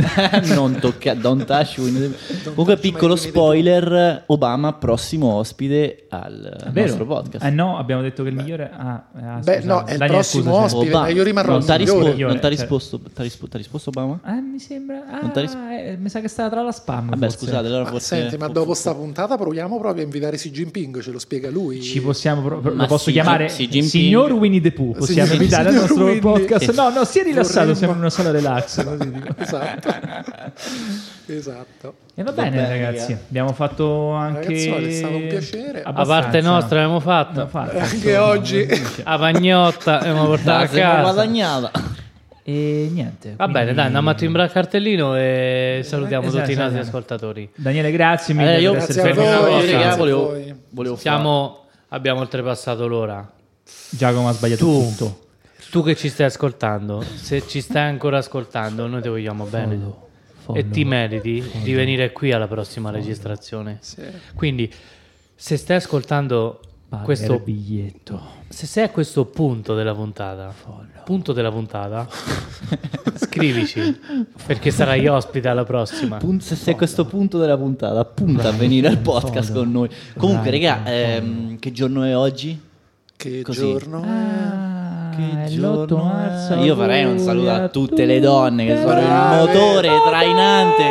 non tocca, don't touch Winnie the- Comunque,
touch
piccolo
my Winnie the
spoiler: Obama, prossimo ospite al
Vero?
nostro podcast.
Eh no, abbiamo detto che il migliore... Ah, ah,
Beh,
scusa.
no, è il
Daniel,
prossimo
scusa,
ospite. ma io rimarrò
non t'ha
il
rispo-
migliore.
non t'ha
Cioè-
risposto, t'ha rispo- t'ha risposto Obama?
Ah, mi sembra... Ah,
Non t'ha risp-
eh, mi sa che stava tra la spam.
Vabbè,
forse.
scusate, allora
Ma
forse.
Ah, senti, ma dopo sta puntata proviamo proprio a invitare Xi Jinping, ce lo spiega lui.
Ci possiamo pro-
Ma
lo posso
Xi Jin-
chiamare
Xi Jinping.
signor Winnie the Pooh. Possiamo
Signor-
invitare al
signor
nostro
Winnie. Eh,
podcast. No, no, si è rilassato.
Vorremmo-
Siamo in una sala relax. così dico.
Esatto. esatto.
E va bene,
bene,
ragazzi.
raga.
Abbiamo fatto anche.
Ragazzuoli, è stato un piacere. A
A parte nostra l'abbiamo
Abbiamo
fatta.
fatto,
E anche
insomma.
oggi.
A Vagnotta l'abbiamo portata a
Ah, sembra
casa.
guadagnava.
E niente.
Va bene,
quindi-
dai, andiamo a timbrare il cartellino e salutiamo
Esatto,
tutti i nostri
esatto.
ascoltatori. Eh,
Daniele, grazie mille.
Allora, io-
per essere
Grazie a
stato con
voi,
noi.
Io,
grazie
raga,
a
volevo,
voi.
volevo
Siamo, abbiamo oltrepassato l'ora.
Giacomo ha sbagliato
Tu.
tutto.
Tu che ci stai ascoltando, se ci stai ancora ascoltando, noi ti vogliamo bene. E ti meriti di venire qui alla prossima registrazione.
Sì.
Quindi, se stai ascoltando
pagare
Questo-
il biglietto.
Se sei a questo punto della puntata, punto della puntata, scrivici perché sarai ospite alla prossima.
Pun- se sei a questo punto della puntata, appunta a venire al podcast
foto.
con noi. Comunque,
Dai,
regà,
foto.
ehm, che giorno è oggi?
Che
Così.
giorno è?
Ah,
Che
è
giorno
l'8
è?
marzo.
Io farei un saluto a tutte le donne che sono il
Brave.
motore trainante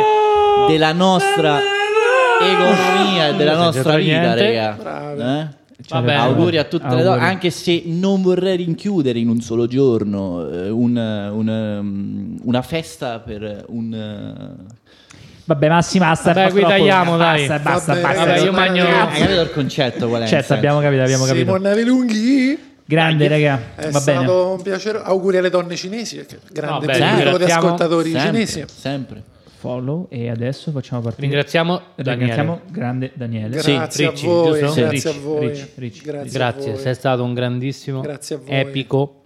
della nostra economia e della
Non si è
nostra
detto
vita,
niente.
regà. Eh?
Cioè,
Vabbè.
Auguri a tutte le
auguri.
donne, anche se non vorrei rinchiudere in un solo giorno eh, un, un, um, una festa per un... eh,
Vabbè, Massima, basta.
Vabbè, qui
purtroppo-
tagliamo, dai.
Basta, basta,
Vabbè,
basta.
Vabbè, io mangio-
Hai capito il concetto qual è?
Certo, abbiamo capito, abbiamo capito.
Simon Avelunghi.
Grande, raga.
È
Va bene.
stato un piacere. Auguri alle donne cinesi, perché grande
No, beh,
pubblico di
ringraziamo
ascoltatori
sempre,
cinesi.
sempre.
Follow e adesso facciamo partire.
Ringraziamo
Ringraziamo
Daniele.
grande Daniele.
Sì,
Grazie a
Ricci,
voi,
giusto?
grazie
Sì,
a
Ricci,
voi.
Ricci, Ricci.
Grazie,
Grazie,
a voi.
sei stato un grandissimo,
Grazie a voi.
epico,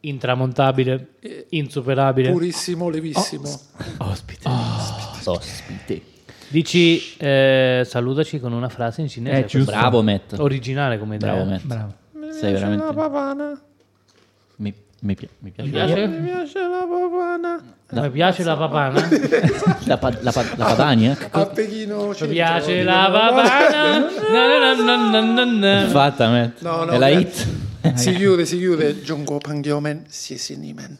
intramontabile,
Eh,
insuperabile.
Purissimo, levissimo.
Oh, Ospite.
Ospite.
Dici, eh, salutaci con una frase in cinese.
Eh,
questa-
giusto.
Bravo Matt.
Oh, Originale come idea.
Bravo Matt.
Bravo.
Sei
La
veramente...
papana,
Mi, mi pi- mi
Mi
piace.
mi
piace,
piace la papana.
mi piace la papana? Mi
La, pa- la, pa- la Padania?
A Pechino ci
piace la papana? Na, na, na, na, na, na, na.
Fatta Matt.
No, no,
È la
grazie.
hit?
Si chiude, si chiude. Jongo Pangyomen, Siesinimen.